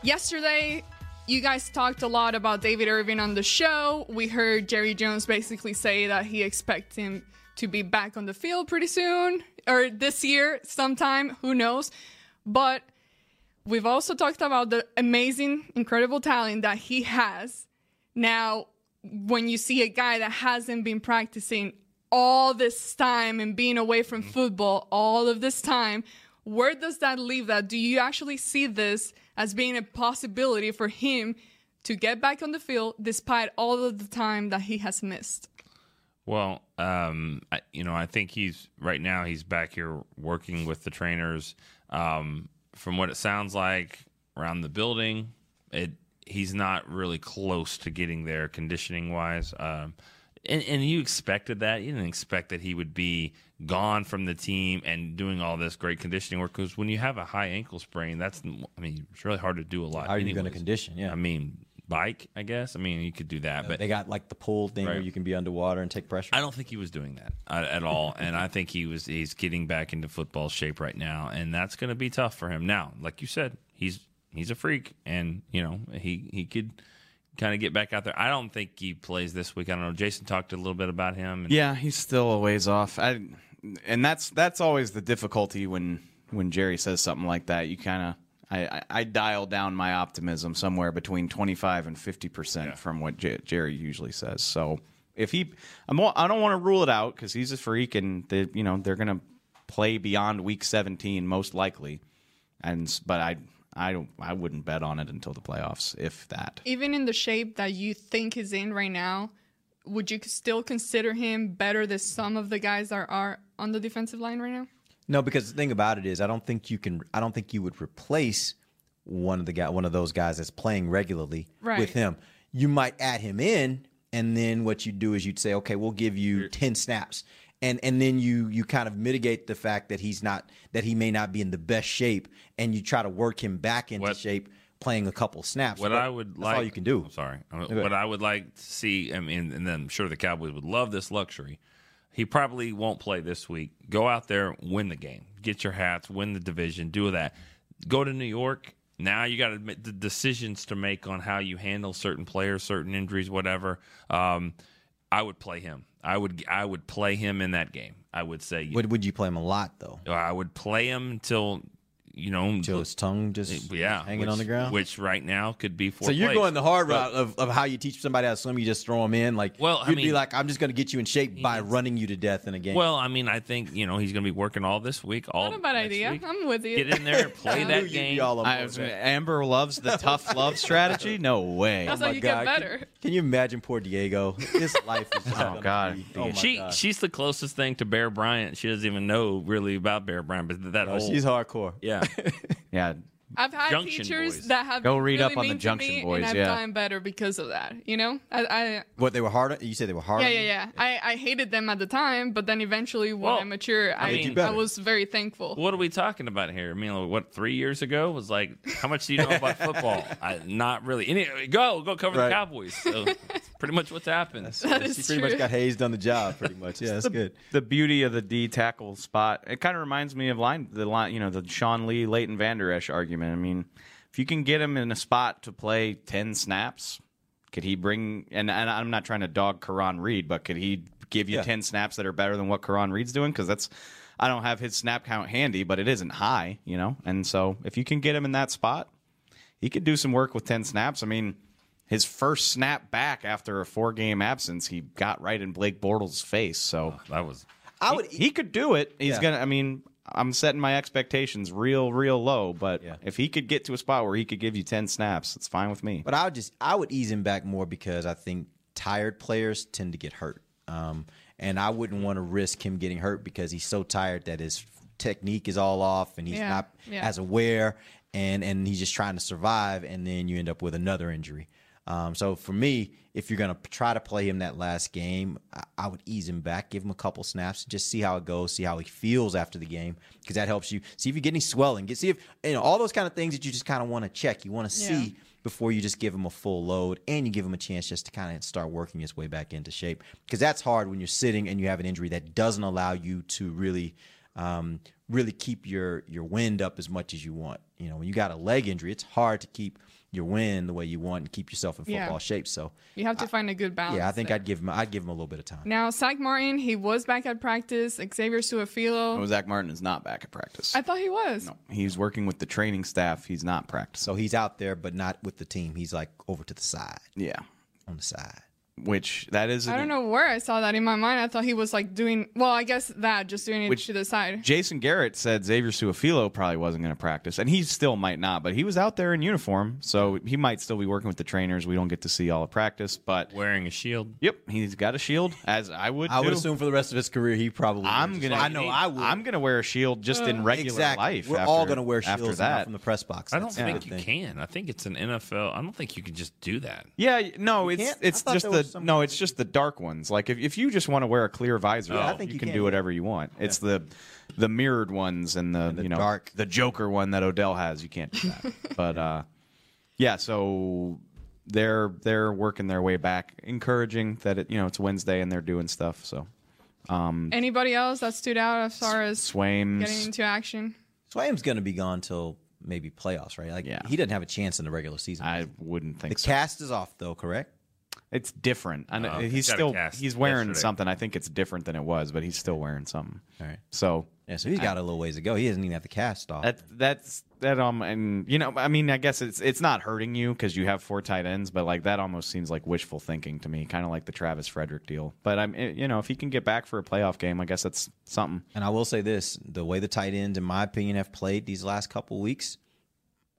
Speaker 5: Yesterday, you guys talked a lot about David Irving on the show. We heard Jerry Jones basically say that he expects him to be back on the field pretty soon or this year sometime, who knows. But we've also talked about the amazing, incredible talent that he has. Now, when you see a guy that hasn't been practicing all this time and being away from
Speaker 8: Mm-hmm.
Speaker 5: football all of this time, where does that leave that? Do you actually see this as being a possibility for him to get back on the field despite all of the time that he has missed?
Speaker 8: Well, um, I, you know, I think he's right now he's back here working with the trainers. Um, from what it sounds like around the building, it he's not really close to getting there conditioning wise. Um, and, and you expected that. You didn't expect that he would be gone from the team and doing all this great conditioning work because when you have a high ankle sprain, that's I mean it's really hard to do a lot.
Speaker 7: How are you going to
Speaker 8: anyways.
Speaker 7: condition? Yeah.
Speaker 8: I mean, bike, I guess. I mean, you could do that, but
Speaker 7: they got like the pull thing where
Speaker 8: Right.
Speaker 7: you can be underwater and take pressure.
Speaker 8: I don't think he was doing that at, at all, and I think he was he's getting back into football shape right now, and that's going to be tough for him. Now, like you said, he's he's a freak, and you know he he could kind of get back out there. I don't think he plays this week. I don't know. Jason talked a little bit about him. And,
Speaker 6: Yeah, he's still a ways off. I, and that's that's always the difficulty when when Jerry says something like that. You kind of I, I, I dial down my optimism somewhere between twenty five and fifty percent from what J- Jerry usually says. So if he, I'm, I don't want to rule it out because he's a freak, and they, you know they're gonna play beyond week seventeen most likely. And s- but I I don't I wouldn't bet on it until the playoffs if that.
Speaker 5: Even in the shape that you think he's in right now, would you still consider him better than some of the guys that are on the defensive line right now?
Speaker 7: No, because the thing about it is, I don't think you can. I don't think you would replace one of the guy, one of those guys that's playing regularly
Speaker 5: Right.
Speaker 7: with him. You might add him in, and then what you do is you'd say, okay, we'll give you ten snaps, and and then you you kind of mitigate the fact that he's not that he may not be in the best shape, and you try to work him back into shape playing a couple snaps.
Speaker 8: What
Speaker 7: But
Speaker 8: I would
Speaker 7: that's
Speaker 8: like,
Speaker 7: all you can do.
Speaker 8: I'm sorry. I mean,
Speaker 7: Okay.
Speaker 8: What I would like to see, I mean, and I'm sure the Cowboys would love this luxury. He probably won't play this week. Go out there, win the game, get your hats, win the division, do that. Go to New York. Now you got to make the decisions to make on how you handle certain players, certain injuries, whatever. Um, I would play him. I would I would play him in that game. I would say
Speaker 7: Would would you play him a lot though?
Speaker 8: I would play him until you know
Speaker 7: until his tongue just
Speaker 8: yeah
Speaker 7: hanging
Speaker 8: which-
Speaker 7: on the ground?
Speaker 8: which right now could be four.
Speaker 7: So you're
Speaker 8: plays.
Speaker 7: going the hard route
Speaker 8: But-
Speaker 7: of, of how you teach somebody how to swim. You just throw them in. Like
Speaker 8: Well, I
Speaker 7: you'd be
Speaker 8: mean- Mm-hmm.
Speaker 7: like, I'm just going to get you in shape by running you to death in a game.
Speaker 8: Well, I mean, I think you know he's going to be working all this week. All
Speaker 5: Not a bad
Speaker 8: Oh, next
Speaker 5: idea.
Speaker 8: week.
Speaker 5: I'm with you.
Speaker 8: Get in there, play
Speaker 5: Yeah.
Speaker 8: that game.
Speaker 6: I was- Amber loves the tough love strategy. No way.
Speaker 5: That's
Speaker 7: Oh
Speaker 5: how you get better.
Speaker 7: Can, can you imagine poor Diego? His life is just
Speaker 6: Oh God.
Speaker 7: Oh my
Speaker 8: she
Speaker 7: God.
Speaker 8: she's the closest thing to Bear Bryant. She doesn't even know really about Bear Bryant, but that
Speaker 7: No,
Speaker 8: whole
Speaker 7: she's hardcore.
Speaker 8: Yeah,
Speaker 6: yeah.
Speaker 5: I've had
Speaker 8: Junction
Speaker 5: teachers
Speaker 8: Boys.
Speaker 5: that have
Speaker 6: Go read
Speaker 5: really
Speaker 6: up on the
Speaker 5: mean to
Speaker 6: Junction
Speaker 5: me,
Speaker 6: Boys,
Speaker 5: and I've
Speaker 6: yeah.
Speaker 5: done better because of that. You know, I, I
Speaker 7: What they were hard? on- You said they were hard.
Speaker 5: yeah,
Speaker 7: on
Speaker 5: yeah,
Speaker 7: you?
Speaker 5: yeah. I, I hated them at the time, but then eventually when
Speaker 8: Well,
Speaker 5: I matured,
Speaker 8: I
Speaker 5: I,
Speaker 8: mean-
Speaker 5: I was very thankful.
Speaker 8: What are we talking about here? I mean, like, what three years ago was like? How much do you know about football? I, not really. Any, go go cover
Speaker 7: Right.
Speaker 8: the Cowboys. So that's pretty much what's happened.
Speaker 7: she pretty much got hazed on the job. Pretty much. Yeah, that's good.
Speaker 6: The beauty of the D tackle spot. It kind of reminds me of line the line, you know, the Sean Lee Leighton Vander Esch argument. I mean, if you can get him in a spot to play ten snaps, could he bring? And, and I'm not trying to dog Karan Reed, but could he give you
Speaker 7: Yeah.
Speaker 6: ten snaps that are better than what Karan Reed's doing? Because that's I don't have his snap count handy, but it isn't high, you know. And so if you can get him in that spot, he could do some work with 10 snaps. I mean, his first snap back after a four game absence, he got right in Blake Bortles' face. So
Speaker 8: that was
Speaker 7: I would
Speaker 6: he, could do it. He's
Speaker 7: Yeah.
Speaker 6: gonna I mean, I'm setting my expectations real, real low, but if he could get to a spot where he could give you ten snaps, it's fine with me.
Speaker 7: But I would just I would ease him back more because I think tired players tend to get hurt, um, and I wouldn't want to risk him getting hurt because he's so tired that his technique is all off and he's
Speaker 13: Yeah,
Speaker 7: not
Speaker 13: yeah.
Speaker 7: as aware and and he's just trying to survive, and then you end up with another injury. Um, so for me, if you're going to try to play him that last game, I, I would ease him back, give him a couple snaps, just see how it goes, see how he feels after the game, because that helps you see if you get any swelling, get see if you know all those kind of things that you just kind of want to check, you want to
Speaker 5: Yeah.
Speaker 7: see before you just give him a full load and you give him a chance just to kind of start working his way back into shape because that's hard when you're sitting and you have an injury that doesn't allow you to really um, really keep your your wind up as much as you want you know when you got a leg injury it's hard to keep your wind the way you want and keep yourself in
Speaker 5: Yeah.
Speaker 7: football shape so
Speaker 5: You have to find a good balance.
Speaker 7: yeah i think
Speaker 5: there.
Speaker 7: i'd give him i'd give him a little bit of time
Speaker 5: Now, Zach Martin, he was back at practice. Xavier Suafilo.
Speaker 6: Oh, Zach Martin is not back at practice.
Speaker 5: I thought he was.
Speaker 6: He's working with the training staff. He's not practicing.
Speaker 7: So he's out there, but not with the team. He's like over to the side.
Speaker 6: Yeah,
Speaker 7: on the side.
Speaker 6: Which that is.
Speaker 5: I don't know where I saw that in my mind. I thought he was like doing, well, I guess that, just doing it
Speaker 6: Which-
Speaker 5: to the side.
Speaker 6: Jason Garrett said Xavier Suafilo probably wasn't going to practice, and he still might not. But he was out there in uniform, so he might still be working with the trainers. We don't get to see all of practice, but
Speaker 8: wearing a shield.
Speaker 6: Yep, he's got a shield, as I would.
Speaker 7: I would
Speaker 6: too.
Speaker 7: assume for the rest of his career, he probably.
Speaker 6: I'm gonna.
Speaker 7: I know I would.
Speaker 6: I'm gonna wear a shield just in regular
Speaker 7: Exactly.
Speaker 6: life.
Speaker 7: We're
Speaker 6: after-
Speaker 7: all gonna wear
Speaker 6: after
Speaker 7: shields now
Speaker 6: that
Speaker 7: from the press box.
Speaker 8: I don't
Speaker 6: Yeah.
Speaker 8: think you can. I think it's an NFL. I don't think you can just do that.
Speaker 6: Yeah, y- no,
Speaker 8: You
Speaker 6: it's
Speaker 8: can't? I
Speaker 6: it's
Speaker 8: thought
Speaker 6: just
Speaker 8: there
Speaker 6: the
Speaker 8: was some-
Speaker 6: no, it's just the dark ones. Like if, if you just want to wear a clear visor,
Speaker 8: Yeah, I
Speaker 6: I
Speaker 8: think
Speaker 6: think you,
Speaker 8: you
Speaker 6: can,
Speaker 8: can,
Speaker 6: do
Speaker 8: yeah.
Speaker 6: whatever you want. It's the the mirrored ones and the, you know
Speaker 7: dark.
Speaker 6: the Joker one that Odell has. You can't do that. but uh, yeah, so they're they're working their way back, encouraging that it you know it's Wednesday and they're doing stuff. So um,
Speaker 5: Anybody else that stood out as far as
Speaker 6: Swaim
Speaker 5: getting into action?
Speaker 7: Swaim's going to be gone till maybe playoffs, right? Like he doesn't have a chance in the regular season.
Speaker 6: I wouldn't think
Speaker 7: the
Speaker 6: so.
Speaker 7: cast is off though, correct?
Speaker 6: It's different. I know,
Speaker 7: Oh, okay.
Speaker 6: he's
Speaker 7: Got a
Speaker 6: still
Speaker 7: cast
Speaker 6: he's wearing
Speaker 7: yesterday.
Speaker 6: something. I think it's different than it was, but he's still wearing something.
Speaker 7: All right.
Speaker 6: So
Speaker 7: yeah, so he's got
Speaker 6: I-
Speaker 7: a little ways to go. He doesn't even have the cast off.
Speaker 6: That that's that um and you know I mean I guess it's it's not hurting you because you have four tight ends, but like that almost seems like wishful thinking to me, kind of like the Travis Frederick deal. But I'm eh, you know if he can get back for a playoff game, I guess that's something.
Speaker 7: And I will say this: the way the tight ends, in my opinion, have played these last couple weeks,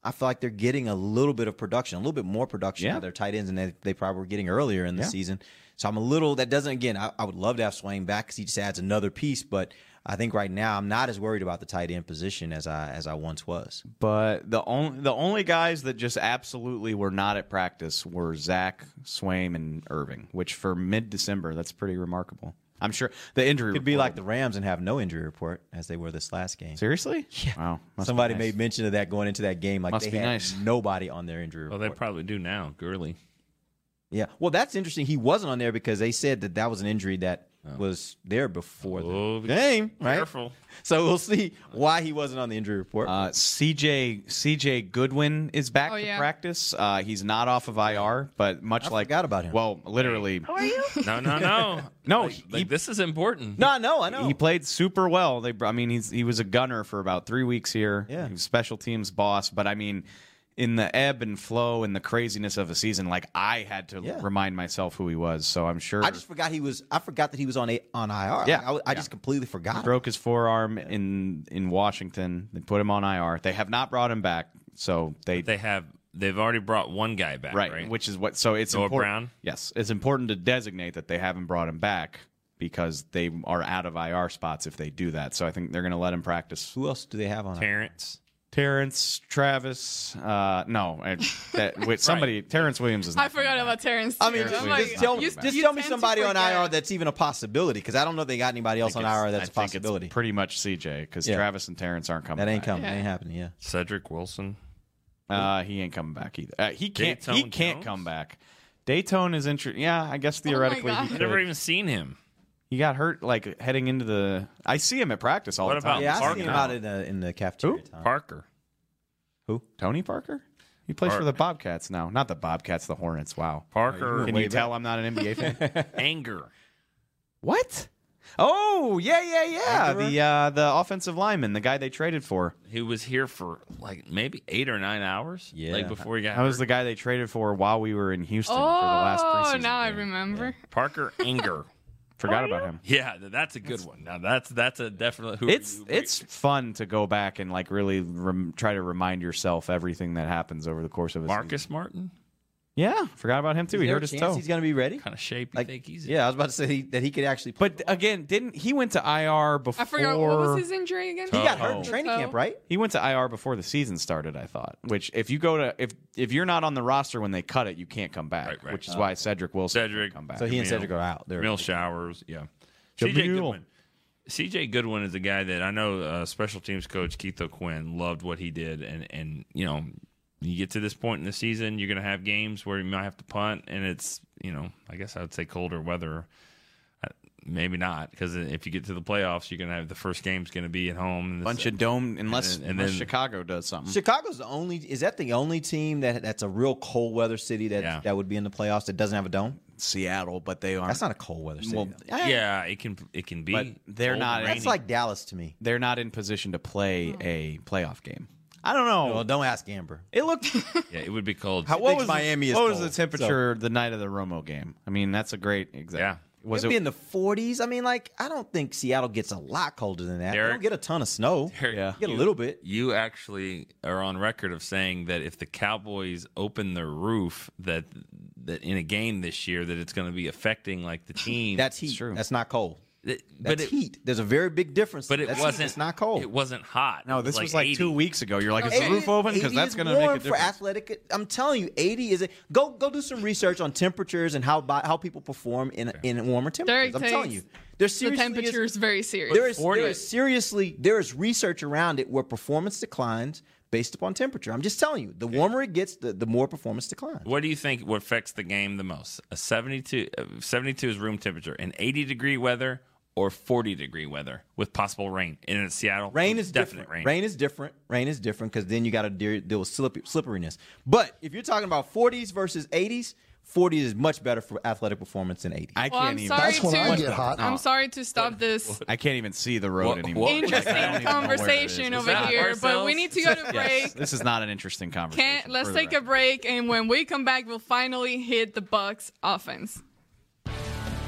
Speaker 7: I feel like they're getting a little bit of production, a little bit more production
Speaker 6: Yeah.
Speaker 7: out of their tight ends than they, they probably were getting earlier in the
Speaker 6: Yeah.
Speaker 7: season. So I'm a little that doesn't again. I, I would love to have Swain back because he just adds another piece, but I think right now I'm not as worried about the tight end position as I as I once was.
Speaker 6: But the only the only guys that just absolutely were not at practice were Zach Swaim and Irving, which for mid December that's pretty remarkable. I'm sure the injury
Speaker 7: Could be
Speaker 6: report-
Speaker 7: like the Rams and have no injury report as they were this last game.
Speaker 6: Seriously? Yeah. Wow. Must be
Speaker 7: Somebody
Speaker 6: nice.
Speaker 7: made mention of that going into that game. Like
Speaker 6: Must
Speaker 7: they
Speaker 6: be
Speaker 7: had
Speaker 6: nice.
Speaker 7: nobody on their injury
Speaker 8: Well,
Speaker 7: report.
Speaker 8: they probably do now. Gurley.
Speaker 7: Yeah. Well, that's interesting. He wasn't on there because they said that that was an injury that
Speaker 6: Oh.
Speaker 7: was there before the game, right?
Speaker 8: careful.
Speaker 7: So we'll see why he wasn't on the injury report.
Speaker 6: Uh, CJ CJ Goodwin is back
Speaker 7: Oh,
Speaker 6: to
Speaker 7: yeah.
Speaker 6: practice. Uh, he's not off of IR, but much like forgot
Speaker 7: about him.
Speaker 6: Well, literally.
Speaker 8: How are you? No, no, no,
Speaker 6: no.
Speaker 8: Like, like, this is important.
Speaker 7: No, no, I know.
Speaker 6: He played super well. They, I mean, he's he was a gunner for about three weeks here.
Speaker 7: Yeah.
Speaker 6: he was special teams boss. But I mean, in the ebb and flow and the craziness of a season, like I had to
Speaker 7: Yeah.
Speaker 6: remind myself who he was. So I'm sure
Speaker 7: I just forgot he was. I forgot that he was on a, on IR. Like,
Speaker 6: Yeah.
Speaker 7: I, I just completely
Speaker 6: He
Speaker 7: forgot.
Speaker 6: broke his forearm in in Washington. They put him on IR. They have not brought him back. So they
Speaker 8: They have. They've already brought one guy back, right?
Speaker 6: right, which is what. So it's
Speaker 8: Noah
Speaker 6: important.
Speaker 8: Brown?
Speaker 6: Yes, it's important to designate that they haven't brought him back because they are out of IR spots if they do that. So I think they're going to let him practice.
Speaker 7: Who else do they have on?
Speaker 8: Terrence.
Speaker 6: Terrence, Travis, uh, no, I- that, wait, somebody. Terrence Williams is.
Speaker 5: I forgot about Terrence.
Speaker 7: I mean,
Speaker 5: too.
Speaker 7: just,
Speaker 5: I'm like,
Speaker 7: just tell me,
Speaker 5: you-
Speaker 7: just
Speaker 5: you
Speaker 7: tell me
Speaker 5: tend to
Speaker 7: somebody on
Speaker 5: forget.
Speaker 7: IR that's even a possibility because I don't know if they got anybody else on IR that's a
Speaker 6: I think
Speaker 7: possibility.
Speaker 6: it's pretty much CJ because
Speaker 7: Yeah.
Speaker 6: Travis and Terrence aren't coming.
Speaker 7: That ain't
Speaker 6: back.
Speaker 7: coming. Ain't happening. Yeah.
Speaker 8: Cedric Wilson.
Speaker 6: Uh, he ain't coming back either. Uh, he can't. he
Speaker 8: Daytone
Speaker 6: can't
Speaker 8: Jones?
Speaker 6: come back. Dayton is interesting. Yeah, I guess theoretically he
Speaker 8: I've
Speaker 6: could.
Speaker 8: Oh never even seen him.
Speaker 6: He got hurt like heading into the. I see him at practice all
Speaker 8: What
Speaker 6: the
Speaker 8: about
Speaker 6: time.
Speaker 8: Yeah, I see Parker? him out
Speaker 7: in the in the cafeteria. Time.
Speaker 8: Parker.
Speaker 6: Who? Tony Parker. He plays
Speaker 8: Park-
Speaker 6: for the Bobcats now, not the Bobcats, the Hornets. Wow.
Speaker 8: Parker-
Speaker 6: Can
Speaker 8: Way
Speaker 6: you tell
Speaker 8: back.
Speaker 6: I'm not an NBA fan?
Speaker 8: Anger.
Speaker 6: what? Oh yeah, yeah, yeah. The uh, the offensive lineman, the guy they traded for.
Speaker 8: He was here for like maybe eight or nine hours. Yeah. Like before he got
Speaker 6: That was
Speaker 8: hurt.
Speaker 6: the guy they traded for while we were in Houston for the last
Speaker 5: Oh,
Speaker 6: preseason.
Speaker 5: now I remember. Oh,
Speaker 8: Parker Anger.
Speaker 6: Forgot about him.
Speaker 8: Yeah, th- that's a good one. Now that's that's a definite. Who
Speaker 6: It's it's fun to go back and like really rem- try to remind yourself everything that happens over the course of a season.
Speaker 8: Marcus Martin.
Speaker 6: Yeah, forgot about him too.
Speaker 7: Is
Speaker 6: He
Speaker 7: there
Speaker 6: hurt
Speaker 7: a
Speaker 6: his
Speaker 7: chance
Speaker 6: toe.
Speaker 7: He's going to be ready.
Speaker 8: Kind of shape you think he's in?
Speaker 7: Yeah, I was about to say he, that he could actually. Play
Speaker 6: But again, didn't he went to IR before?
Speaker 5: I forgot what was his injury again.
Speaker 6: He got hurt
Speaker 7: Oh.
Speaker 6: in
Speaker 5: The
Speaker 6: training
Speaker 5: toe?
Speaker 7: camp, right?
Speaker 6: He went to IR before the season started, I thought. Which if you go to if if you're not on the roster when they cut it, you can't come back. Which is why Cedric Wilson Cedric come back.
Speaker 7: So he and Cedric are out. They're-
Speaker 8: Mill showers. Yeah. CJ
Speaker 6: Jamil.
Speaker 8: Goodwin. CJ Goodwin is a guy that I know uh, special teams coach Keith O'Quinn loved what he did, and and you know you get to this point in the season, you're going to have games where you might have to punt, and it's you know I guess I would say colder weather. Uh, Maybe not because if you get to the playoffs, you're going to have the first game's going to be at home. and the
Speaker 6: Bunch
Speaker 8: se-
Speaker 6: of dome unless
Speaker 8: and
Speaker 6: unless
Speaker 8: then-
Speaker 6: Chicago does something.
Speaker 7: Chicago's the only. Is that the only team that that's a real cold weather city that that would be in the playoffs that doesn't have a dome?
Speaker 6: Seattle, but they are.
Speaker 7: That's not a cold weather city.
Speaker 6: Well,
Speaker 7: though.
Speaker 8: yeah, it can it can be.
Speaker 6: But they're
Speaker 8: cold
Speaker 6: not
Speaker 8: and
Speaker 7: That's
Speaker 8: rainy.
Speaker 7: like Dallas to me.
Speaker 6: They're not in position to
Speaker 7: Oh.
Speaker 6: play a playoff game. I don't know.
Speaker 7: Well, don't ask Amber.
Speaker 6: It looked
Speaker 8: yeah, it would be cold.
Speaker 7: How- what was the-
Speaker 6: what was the temperature the night of the Romo game? I mean, that's a great example.
Speaker 7: it
Speaker 6: Was
Speaker 7: It'd be
Speaker 6: it
Speaker 7: in the 40s. I mean, like I don't think Seattle gets a lot colder than that. they
Speaker 8: Derek-
Speaker 7: don't get a ton of snow.
Speaker 8: yeah.
Speaker 7: Get a little bit.
Speaker 8: You actually are on record of saying that if the Cowboys open their roof, that that in a game this year, that it's going to be affecting like the team.
Speaker 7: That's heat. That's not cold.
Speaker 8: It- but
Speaker 7: That's
Speaker 8: it-
Speaker 7: heat. There's a very big difference.
Speaker 8: But it
Speaker 7: That's heat.
Speaker 8: wasn't.
Speaker 7: It's not cold.
Speaker 8: It wasn't hot.
Speaker 6: No,
Speaker 8: It
Speaker 6: this
Speaker 8: like
Speaker 6: was like
Speaker 8: 80.
Speaker 6: two weeks ago. You're like, is the
Speaker 7: 80
Speaker 6: roof open? Because
Speaker 7: 80
Speaker 6: that's
Speaker 7: is
Speaker 6: going to make a
Speaker 7: warm
Speaker 6: difference.
Speaker 7: For athletic, I'm telling you, 80 is it. Go go do some research on temperatures and how bo- how people perform in in warmer temperatures.
Speaker 5: Derek
Speaker 7: I'm telling
Speaker 5: takes
Speaker 7: you, there's
Speaker 5: The
Speaker 7: seriously is-
Speaker 5: temperature is very serious.
Speaker 7: there is, there is seriously there is research around it where performance declines based upon temperature. I'm just telling you, the warmer it gets, the, the more performance declines.
Speaker 8: What do you think what affects the game the most? A 72, uh, 72 is room temperature, an 80 degree weather or 40 degree weather with possible rain. And in Seattle,
Speaker 7: Rain is
Speaker 8: definite
Speaker 7: different. Rain. is different. Rain is different because then you got to deal, deal with slippery, slipperiness. But if you're talking about 40s versus 80s, 40s is much better for athletic performance than 80s.
Speaker 6: I
Speaker 5: Well, I'm
Speaker 6: can't even.
Speaker 5: sorry to
Speaker 6: No.
Speaker 5: I'm sorry to stop this
Speaker 6: I can't even see the road anymore.
Speaker 8: what-
Speaker 6: Like, I don't even know where
Speaker 5: interesting
Speaker 6: it
Speaker 5: conversation
Speaker 6: is.
Speaker 5: over
Speaker 8: that
Speaker 5: here, but we
Speaker 8: ourselves?
Speaker 5: need to go to break.
Speaker 6: Yes, this is not an interesting conversation.
Speaker 5: Can't, let's
Speaker 6: for the
Speaker 5: take a break, and when we come back, we'll finally hit the Bucks offense.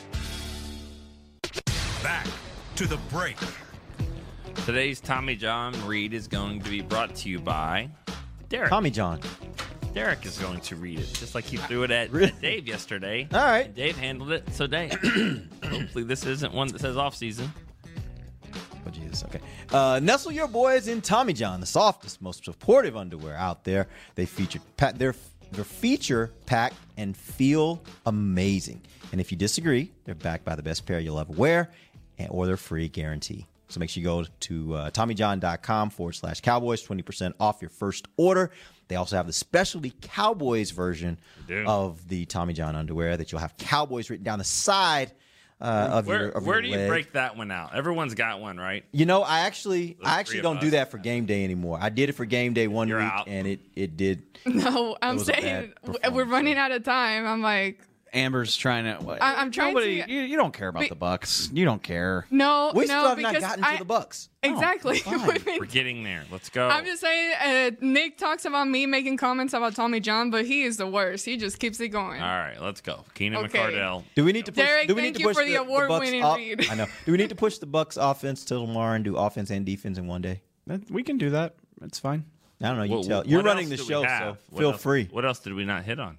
Speaker 1: Back to the break.
Speaker 8: Today's Tommy John read is going to be brought to you by Derek.
Speaker 7: Tommy John.
Speaker 8: Derek is going to read it, just like he threw it at Dave yesterday.
Speaker 7: All right.
Speaker 8: Dave handled it. So, Dave, hopefully this isn't one that says off season.
Speaker 7: Oh, Jesus. Okay. Uh, nestle your boys in Tommy John, the softest, most supportive underwear out there. They feature pa- their their feature packed and feel amazing. And if you disagree, they're backed by the best pair you'll ever wear, and, or their free guarantee. So make sure you go to uh, TommyJohn.com forward slash Cowboys, twenty percent off your first order. They also have the specialty Cowboys version
Speaker 8: They do.
Speaker 7: of the Tommy John underwear that you'll have Cowboys written down the side uh, of
Speaker 8: where
Speaker 7: your. Of
Speaker 8: where
Speaker 7: your
Speaker 8: do you
Speaker 7: leg.
Speaker 8: break that one out? Everyone's got one, right?
Speaker 7: You know, I actually,
Speaker 8: three
Speaker 7: I actually
Speaker 8: of
Speaker 7: don't do
Speaker 8: us.
Speaker 7: that for game day anymore. I did it for game day one week, and it it did.
Speaker 5: No, I'm
Speaker 7: was a
Speaker 5: saying
Speaker 7: bad
Speaker 5: w- we're running out of time. I'm like,
Speaker 6: Amber's trying to. What,
Speaker 5: I- I'm trying
Speaker 6: nobody,
Speaker 5: to-
Speaker 6: You, you don't care about
Speaker 5: We-
Speaker 6: the Bucks. You don't care.
Speaker 5: no,
Speaker 7: We
Speaker 5: no,
Speaker 7: still have not
Speaker 5: because
Speaker 7: gotten to
Speaker 5: I-
Speaker 7: the Bucks.
Speaker 6: Oh,
Speaker 5: Exactly.
Speaker 8: We're getting there. Let's go.
Speaker 5: I'm just saying, uh, Nick talks about me making comments about Tommy John, but he is the worst. He just keeps it going.
Speaker 8: All right, let's go. Keenan
Speaker 5: Okay.
Speaker 8: McCardell.
Speaker 7: Do we need to push?
Speaker 5: Derek,
Speaker 7: do we
Speaker 5: thank
Speaker 7: need to
Speaker 5: you
Speaker 7: push
Speaker 5: for the
Speaker 7: Bucks
Speaker 5: award-winning
Speaker 7: off-
Speaker 5: read.
Speaker 7: I know. Do we need to push the Bucks offense till tomorrow and do offense and defense in one day?
Speaker 6: We can do that. It's fine.
Speaker 7: I don't know. You
Speaker 8: What-
Speaker 7: tell.
Speaker 8: what
Speaker 7: You're
Speaker 8: else
Speaker 7: running the
Speaker 8: do we
Speaker 7: show, so
Speaker 8: have? What
Speaker 7: feel
Speaker 8: else-
Speaker 7: free.
Speaker 8: What else did we not hit on?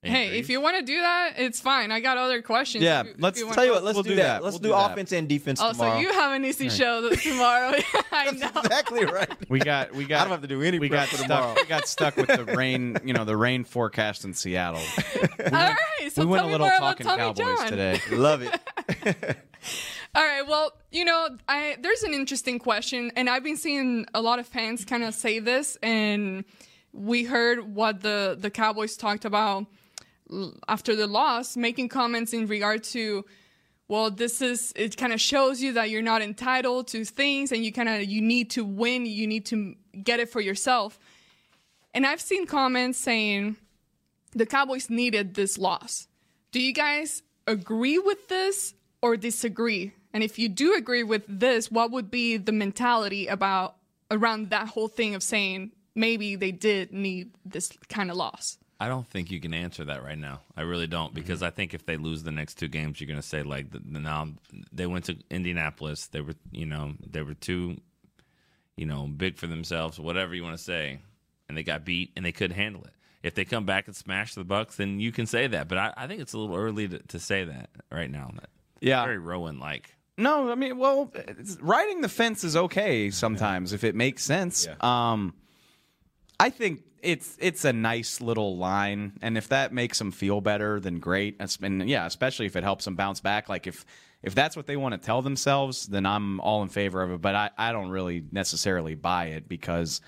Speaker 5: Hey, if you want to do that, it's fine. I got other questions.
Speaker 7: Yeah,
Speaker 5: if you- if
Speaker 7: let's
Speaker 5: you wanna
Speaker 7: tell you
Speaker 5: go-
Speaker 7: what. Let's do that. Let's do offense and defense
Speaker 5: Oh,
Speaker 7: tomorrow.
Speaker 5: so you have an easy
Speaker 7: Right.
Speaker 5: show tomorrow. I know.
Speaker 7: exactly right.
Speaker 6: We got. We got. I don't have to do any. We got
Speaker 7: prep for tomorrow.
Speaker 6: stuck. We got stuck with the rain. You know the rain forecast in Seattle.
Speaker 5: All right. So
Speaker 6: we went
Speaker 5: tell
Speaker 6: a
Speaker 5: me
Speaker 6: little
Speaker 5: more
Speaker 6: talking
Speaker 5: about Tommy
Speaker 6: Cowboys
Speaker 5: John.
Speaker 6: today.
Speaker 7: Love it.
Speaker 5: All right. Well, you know, I there's an interesting question, and I've been seeing a lot of fans kind of say this, and we heard what the the Cowboys talked about l- after the loss, making comments in regard to. Well, this is it kind of shows you that you're not entitled to things and you kind of you need to win, you need to get it for yourself. And I've seen comments saying the Cowboys needed this loss. Do you guys agree with this or disagree? And if you do agree with this, what would be the mentality about around that whole thing of saying maybe they did need this kind of loss?
Speaker 8: I don't think you can answer that right now. I really don't because I think if they lose the next two games, you're going to say like, the, the, "No, they went to Indianapolis. They were, you know, they were too, you know, big for themselves. Whatever you want to say, and they got beat and they couldn't handle it. If they come back and smash the Bucks, then you can say that. But I, I think it's a little early to, to say that right now.
Speaker 6: Yeah,
Speaker 8: very Rowan like.
Speaker 6: No, I mean, well, it's- riding the fence is okay sometimes if it makes sense. Um, I think it's it's a nice little line, and if that makes them feel better, then great. That's- And yeah, especially if it helps them bounce back. Like if if that's what they want to tell themselves, then I'm all in favor of it. But I, I don't really necessarily buy it because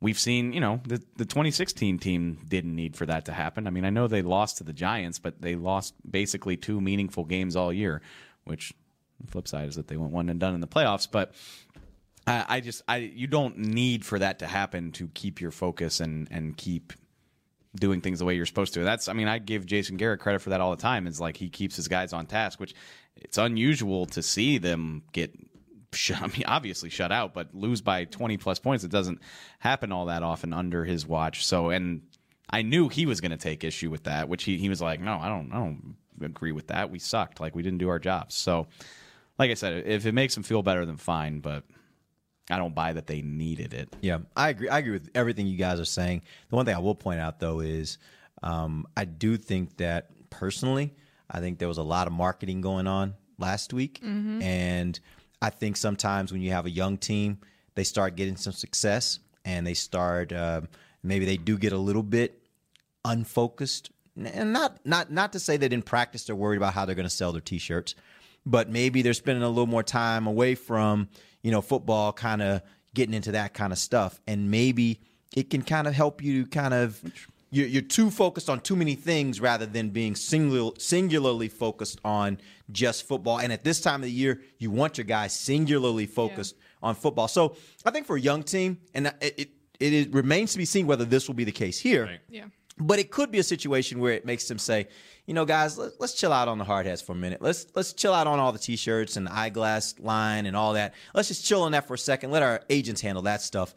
Speaker 6: we've seen, you know, the the 2016 team didn't need for that to happen. I mean, I know they lost to the Giants, but they lost basically two meaningful games all year, which the flip side is that they went one and done in the playoffs, but I, I just I you don't need for that to happen to keep your focus and and keep doing things the way you're supposed to. That's I mean I give Jason Garrett credit for that all the time. Is like he keeps his guys on task, which it's unusual to see them get sh- I mean obviously shut out, but lose by 20 plus points. It doesn't happen all that often under his watch. So and I knew he was going to take issue with that, which he he was like, no, I don't I don't agree with that. We sucked. Like we didn't do our jobs. So like I said, if it makes him feel better, then fine. But I don't buy that they needed it.
Speaker 7: Yeah, I agree. I agree with everything you guys are saying. The one thing I will point out though is, um, I do think that personally, I think there was a lot of marketing going on last week,
Speaker 14: Mhm.
Speaker 7: and I think sometimes when you have a young team, they start getting some success, and they start um maybe they do get a little bit unfocused and not not not to say that in practice they're worried about how they're going to sell their t-shirts but maybe they're spending a little more time away from you know football kind of getting into that kind of stuff and maybe it can kind of help you kind of you're, you're too focused on too many things rather than being singular, singularly focused on just football and at this time of the year you want your guys singularly focused on football so i think for a young team and it, it, it is, remains to be seen whether this will be the case here
Speaker 5: Yeah.
Speaker 7: but it could be a situation where it makes them say, you know, guys, let, let's chill out on the hard hats for a minute. Let's let's chill out on all the t-shirts and the eyeglass line and all that. Let's just chill on that for a second. Let our agents handle that stuff.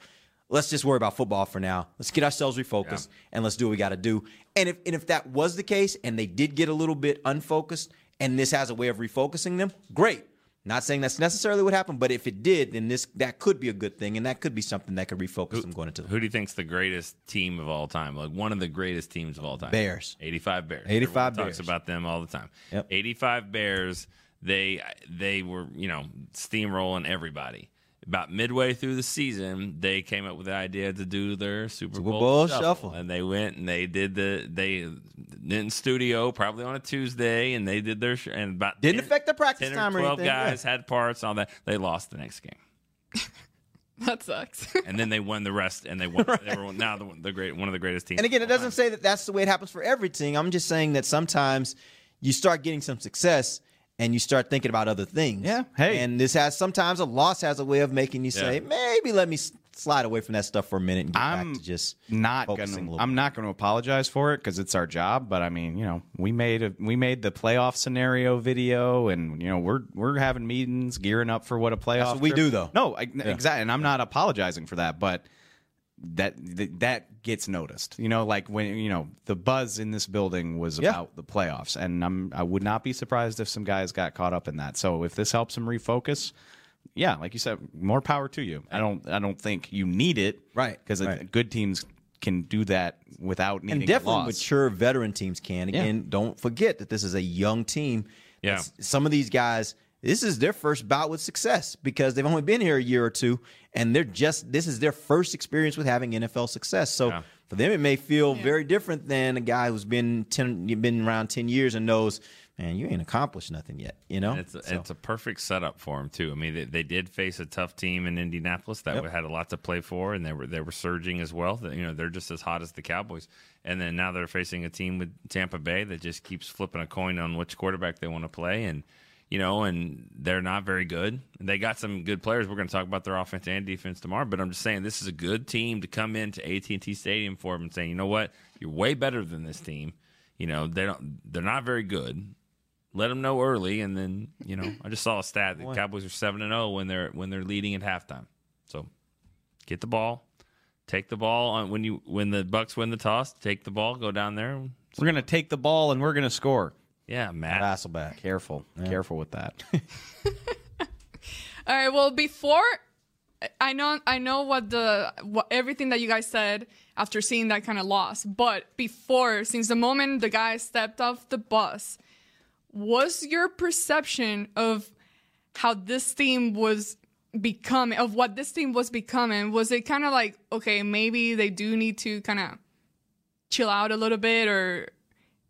Speaker 7: Let's just worry about football for now. Let's get ourselves refocused and let's do what we got to do. And if and if that was the case and they did get a little bit unfocused and this has a way of refocusing them, great. Not saying that's necessarily what happened, but if it did, then this that could be a good thing, and that could be something that could refocus them going into the
Speaker 8: Who do you think's the greatest team of all time? Like one of the greatest teams of all time.
Speaker 7: Bears.
Speaker 8: 85 Bears.
Speaker 7: 85
Speaker 8: Everyone
Speaker 7: Bears.
Speaker 8: talks about them all the time.
Speaker 7: Yep.
Speaker 8: 85 Bears, they they were, you know, steamrolling everybody. About midway through the season, they came up with the idea to do their Super,
Speaker 7: Super
Speaker 8: Bowl,
Speaker 7: Bowl
Speaker 8: shuffle.
Speaker 7: shuffle.
Speaker 8: And they went and they did the they in studio probably on a Tuesday and they did their sh- and about
Speaker 7: Didn't affect their practice
Speaker 8: 10
Speaker 7: time or
Speaker 8: or 12
Speaker 7: anything, yeah.
Speaker 8: guys had parts and all that. They lost the next game
Speaker 5: That sucks.
Speaker 8: and then they won the rest, and they won. They were now the, the great one of the greatest teams.
Speaker 7: And again, it doesn't say that that's the way it happens for every team. I'm just saying that sometimes you start getting some success and you start thinking about other things. Yeah. Hey. And this has sometimes a loss has a way of making you say,
Speaker 6: Yeah.
Speaker 7: maybe let me s- slide away from that stuff for a minute and get
Speaker 6: I'm
Speaker 7: back to just
Speaker 6: not
Speaker 7: focusing a
Speaker 6: gonna,
Speaker 7: little
Speaker 6: I'm not going to apologize for it because it's our job. But I mean, you know, we made a we made the playoff scenario video, and you know, we're we're having meetings, gearing up for what a playoff.
Speaker 7: what we
Speaker 6: trip-
Speaker 7: do, though.
Speaker 6: No, I, exactly, and I'm not apologizing for that, but that th- that gets noticed. You know, like when you know the buzz in this building was about the playoffs, and I'm I would not be surprised if some guys got caught up in that. So if this helps them refocus, yeah, like you said, more power to you. I don't I don't think you need it, right? Because
Speaker 7: right.
Speaker 6: good teams can do that without needing
Speaker 7: and definitely
Speaker 6: a loss.
Speaker 7: mature veteran teams can.
Speaker 6: Yeah.
Speaker 7: Again, don't forget that this is a young team.
Speaker 6: Yeah.
Speaker 7: It's- Some of these guys, this is their first bout with success because they've only been here a year or two, and they're just this is their first experience with having NFL success. So for them, it may feel very different than a guy who's been ten, been around ten years and knows, man, you ain't accomplished nothing yet. You know,
Speaker 8: And it's a,
Speaker 7: So-
Speaker 8: it's a perfect setup for him too. I mean, they, they did face a tough team in Indianapolis that
Speaker 7: Yep.
Speaker 8: had a lot to play for, and they were they were surging as well. That You know, they're just as hot as the Cowboys, and then now they're facing a team with Tampa Bay that just keeps flipping a coin on which quarterback they want to play, and you know, and they're not very good. They got some good players. We're going to talk about their offense and defense tomorrow, but I'm just saying this is a good team to come into AT&T Stadium for them and saying, you know what, you're way better than this team. You know, they don't they're not very good let them know early, and then you know I just saw a stat that
Speaker 7: Boy.
Speaker 8: Cowboys are seven and zero when they're when they're leading at halftime. So get the ball, take the ball on when you when the Bucks win the toss, take the ball, go down there.
Speaker 6: We're gonna take the ball and we're gonna score.
Speaker 8: Yeah, Matt
Speaker 7: Hasselback.
Speaker 6: Careful, careful with that.
Speaker 5: All right. Well, before I know, I know what the what, everything that you guys said after seeing that kind of loss, but before, since the moment the guy stepped off the bus, was your perception of how this team was becoming, of what this team was becoming, was it kind of like okay, maybe they do need to kind of chill out a little bit, or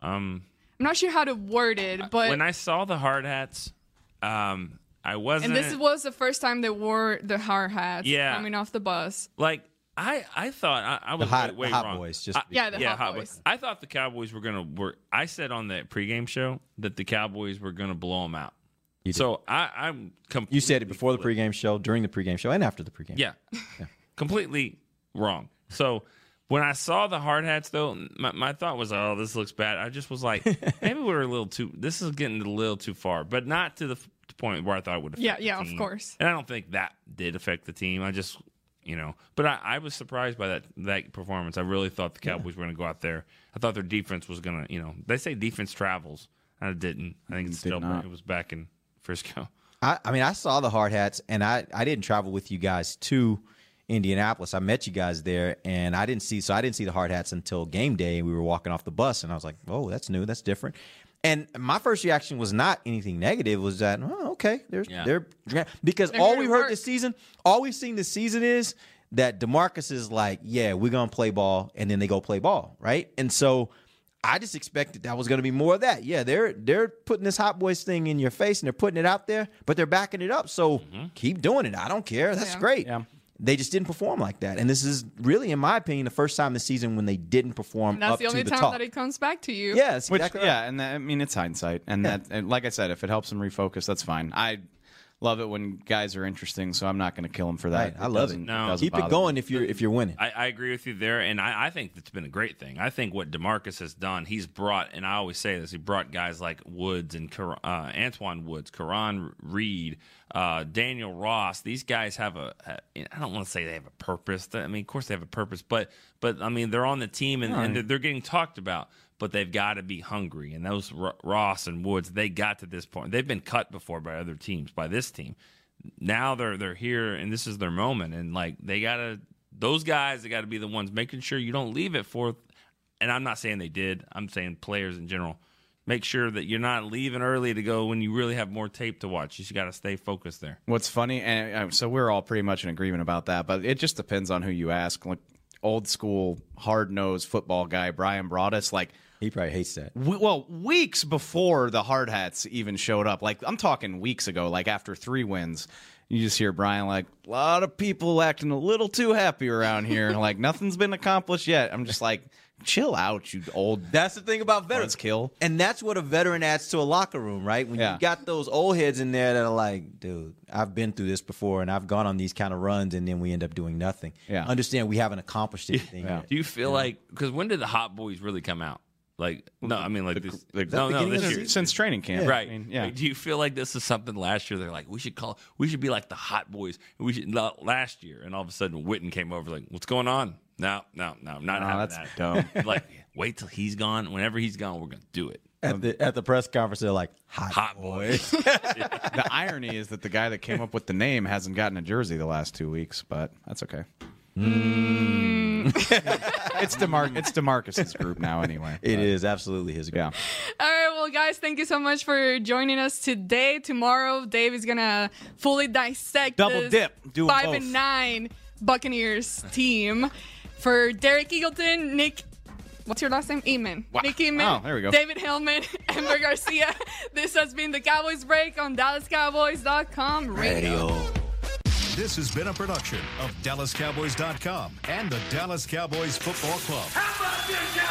Speaker 8: Um,
Speaker 5: I'm not sure how to word it, but
Speaker 8: when I saw the hard hats, um, I
Speaker 5: and
Speaker 8: wasn't.
Speaker 5: this was the first time they wore the hard hats
Speaker 8: Yeah.
Speaker 5: coming off the bus.
Speaker 8: Like I, I thought I, I was
Speaker 7: hot-
Speaker 8: way, way
Speaker 7: the hot
Speaker 8: wrong.
Speaker 7: boys, just to
Speaker 8: I-
Speaker 7: be Yeah, the
Speaker 5: hot boys.
Speaker 8: I thought the Cowboys were gonna work. I said on the pregame show that the Cowboys were gonna blow them out. So I, I'm completely
Speaker 7: you said it before the pregame show, during the pregame show, and after the pregame.
Speaker 8: yeah, completely wrong. So when I saw the hard hats, though, my, my thought was, oh, this looks bad. I just was like, maybe we're a little too. This is getting a little too far, but not to the f- point where I thought it would. affect
Speaker 5: Yeah,
Speaker 8: the
Speaker 5: yeah, of
Speaker 8: team.
Speaker 5: course.
Speaker 8: And I don't think that did affect the team. I just, you know, but I, I was surprised by that that performance. I really thought the Cowboys were going to go out there. I thought their defense was going to, you know, they say defense travels, and it didn't. I think it's still
Speaker 7: not.
Speaker 8: it was back in Frisco.
Speaker 7: I, I mean, I saw the hard hats, and I, I didn't travel with you guys to Indianapolis. I met you guys there, and I didn't see so I didn't see the hard hats until game day. We were walking off the bus, and I was like, "Oh, that's new. That's different." And my first reaction was not anything negative. Was that oh, okay? There's
Speaker 6: Yeah.
Speaker 7: they're because
Speaker 6: They're
Speaker 7: all
Speaker 6: here to
Speaker 7: we heard
Speaker 6: work.
Speaker 7: this season, all we've seen this season is that Demarcus is like, "Yeah, we're gonna play ball," and then they go play ball, right? And so. I just expected that was going to be more of that. Yeah, they're they're putting this hot boys thing in your face and they're putting it out there, but they're backing it up. So keep doing it. I don't care. That's great. They just didn't perform like that, and this is really, in my opinion, the first time this season when they didn't perform
Speaker 5: And that's
Speaker 7: up
Speaker 5: the only
Speaker 7: to the
Speaker 5: time
Speaker 7: talk.
Speaker 5: that it comes back to you.
Speaker 7: Yes,
Speaker 6: Which, yeah, and that, I mean it's hindsight, and that, and like I said, if it helps them refocus, that's fine. I love it when guys are interesting, so I'm not going to kill them for that.
Speaker 7: Right. I love it.
Speaker 6: doesn't-
Speaker 8: No.
Speaker 6: doesn't
Speaker 8: Keep it
Speaker 6: bother me.
Speaker 7: going if you're if you're winning.
Speaker 8: I, I agree with you there, and I, I think that's been a great thing. I think what Demarcus has done, he's brought, and I always say this, he brought guys like Woods and Kar- uh, Antoine Woods, Karan Reed, uh, Daniel Ross. These guys have a, I don't want to say they have a purpose. I mean, of course they have a purpose, but But I mean, they're on the team and,
Speaker 6: All right.
Speaker 8: and they're, they're getting talked about. But they've got to be hungry. And those Ro- Ross and Woods, they got to this point. They've been cut before by other teams, by this team. Now they're they're here, and this is their moment. And like they gotta, those guys, they got to be the ones making sure you don't leave at fourth. And I'm not saying they did. I'm saying players in general. Make sure that you're not leaving early to go when you really have more tape to watch. You just got to stay focused there.
Speaker 6: What's funny, and uh, so we're all pretty much in agreement about that, but it just depends on who you ask. Like old school, hard nosed football guy Brian Broadus, like
Speaker 7: he probably hates that.
Speaker 6: We, well, weeks before the hard hats even showed up, like I'm talking weeks ago, like after three wins, you just hear Brian like a lot of people acting a little too happy around here, like nothing's been accomplished yet. I'm just like, chill out, you old.
Speaker 7: That's the thing about veterans
Speaker 6: kill,
Speaker 7: and that's what a veteran adds to a locker room, right? When you got those old heads in there that are like, dude, I've been through this before, and I've gone on these kind of runs, and then we end up doing nothing.
Speaker 8: Yeah.
Speaker 7: understand we haven't accomplished anything. yet.
Speaker 8: Do you feel like because when did the Hot Boys really come out? Like no, I mean like this, no, no,
Speaker 6: beginning
Speaker 8: this
Speaker 6: of the
Speaker 8: year
Speaker 6: since training camp.
Speaker 8: right?
Speaker 6: I mean, yeah.
Speaker 8: Like, do you feel like this is something last year? They're like, we should call, we should be like the Hot Boys. We should la- last year, and all of a sudden Witten came over, like, what's going on? No, no, no, I'm not
Speaker 6: No,
Speaker 8: having
Speaker 6: that's
Speaker 8: that.
Speaker 6: dumb.
Speaker 8: like, wait till he's gone. Whenever he's gone, we're gonna do it.
Speaker 7: At the at the press conference, they're like, hot, boys.
Speaker 6: the irony is that the guy that came up with the name hasn't gotten a jersey the last two weeks, but that's okay. it's Demar- it's Demarcus's group now, anyway.
Speaker 7: It is absolutely his
Speaker 6: group. Yeah.
Speaker 5: All right, well, guys, thank you so much for joining us today. Tomorrow, Dave is gonna fully dissect
Speaker 6: Double
Speaker 5: this
Speaker 6: dip. Do 'em
Speaker 5: five
Speaker 6: both.
Speaker 5: and nine Buccaneers team. For Derek Eagleton, Nick, what's your last name? Eamon.
Speaker 6: Wow.
Speaker 5: Nick Eamon.
Speaker 6: Oh, there we go.
Speaker 5: David Hellman, Amber Garcia. This has been the Cowboys Break on DallasCowboys.com radio.
Speaker 1: This has been a production of DallasCowboys.com and the Dallas Cowboys Football Club.
Speaker 2: How about this,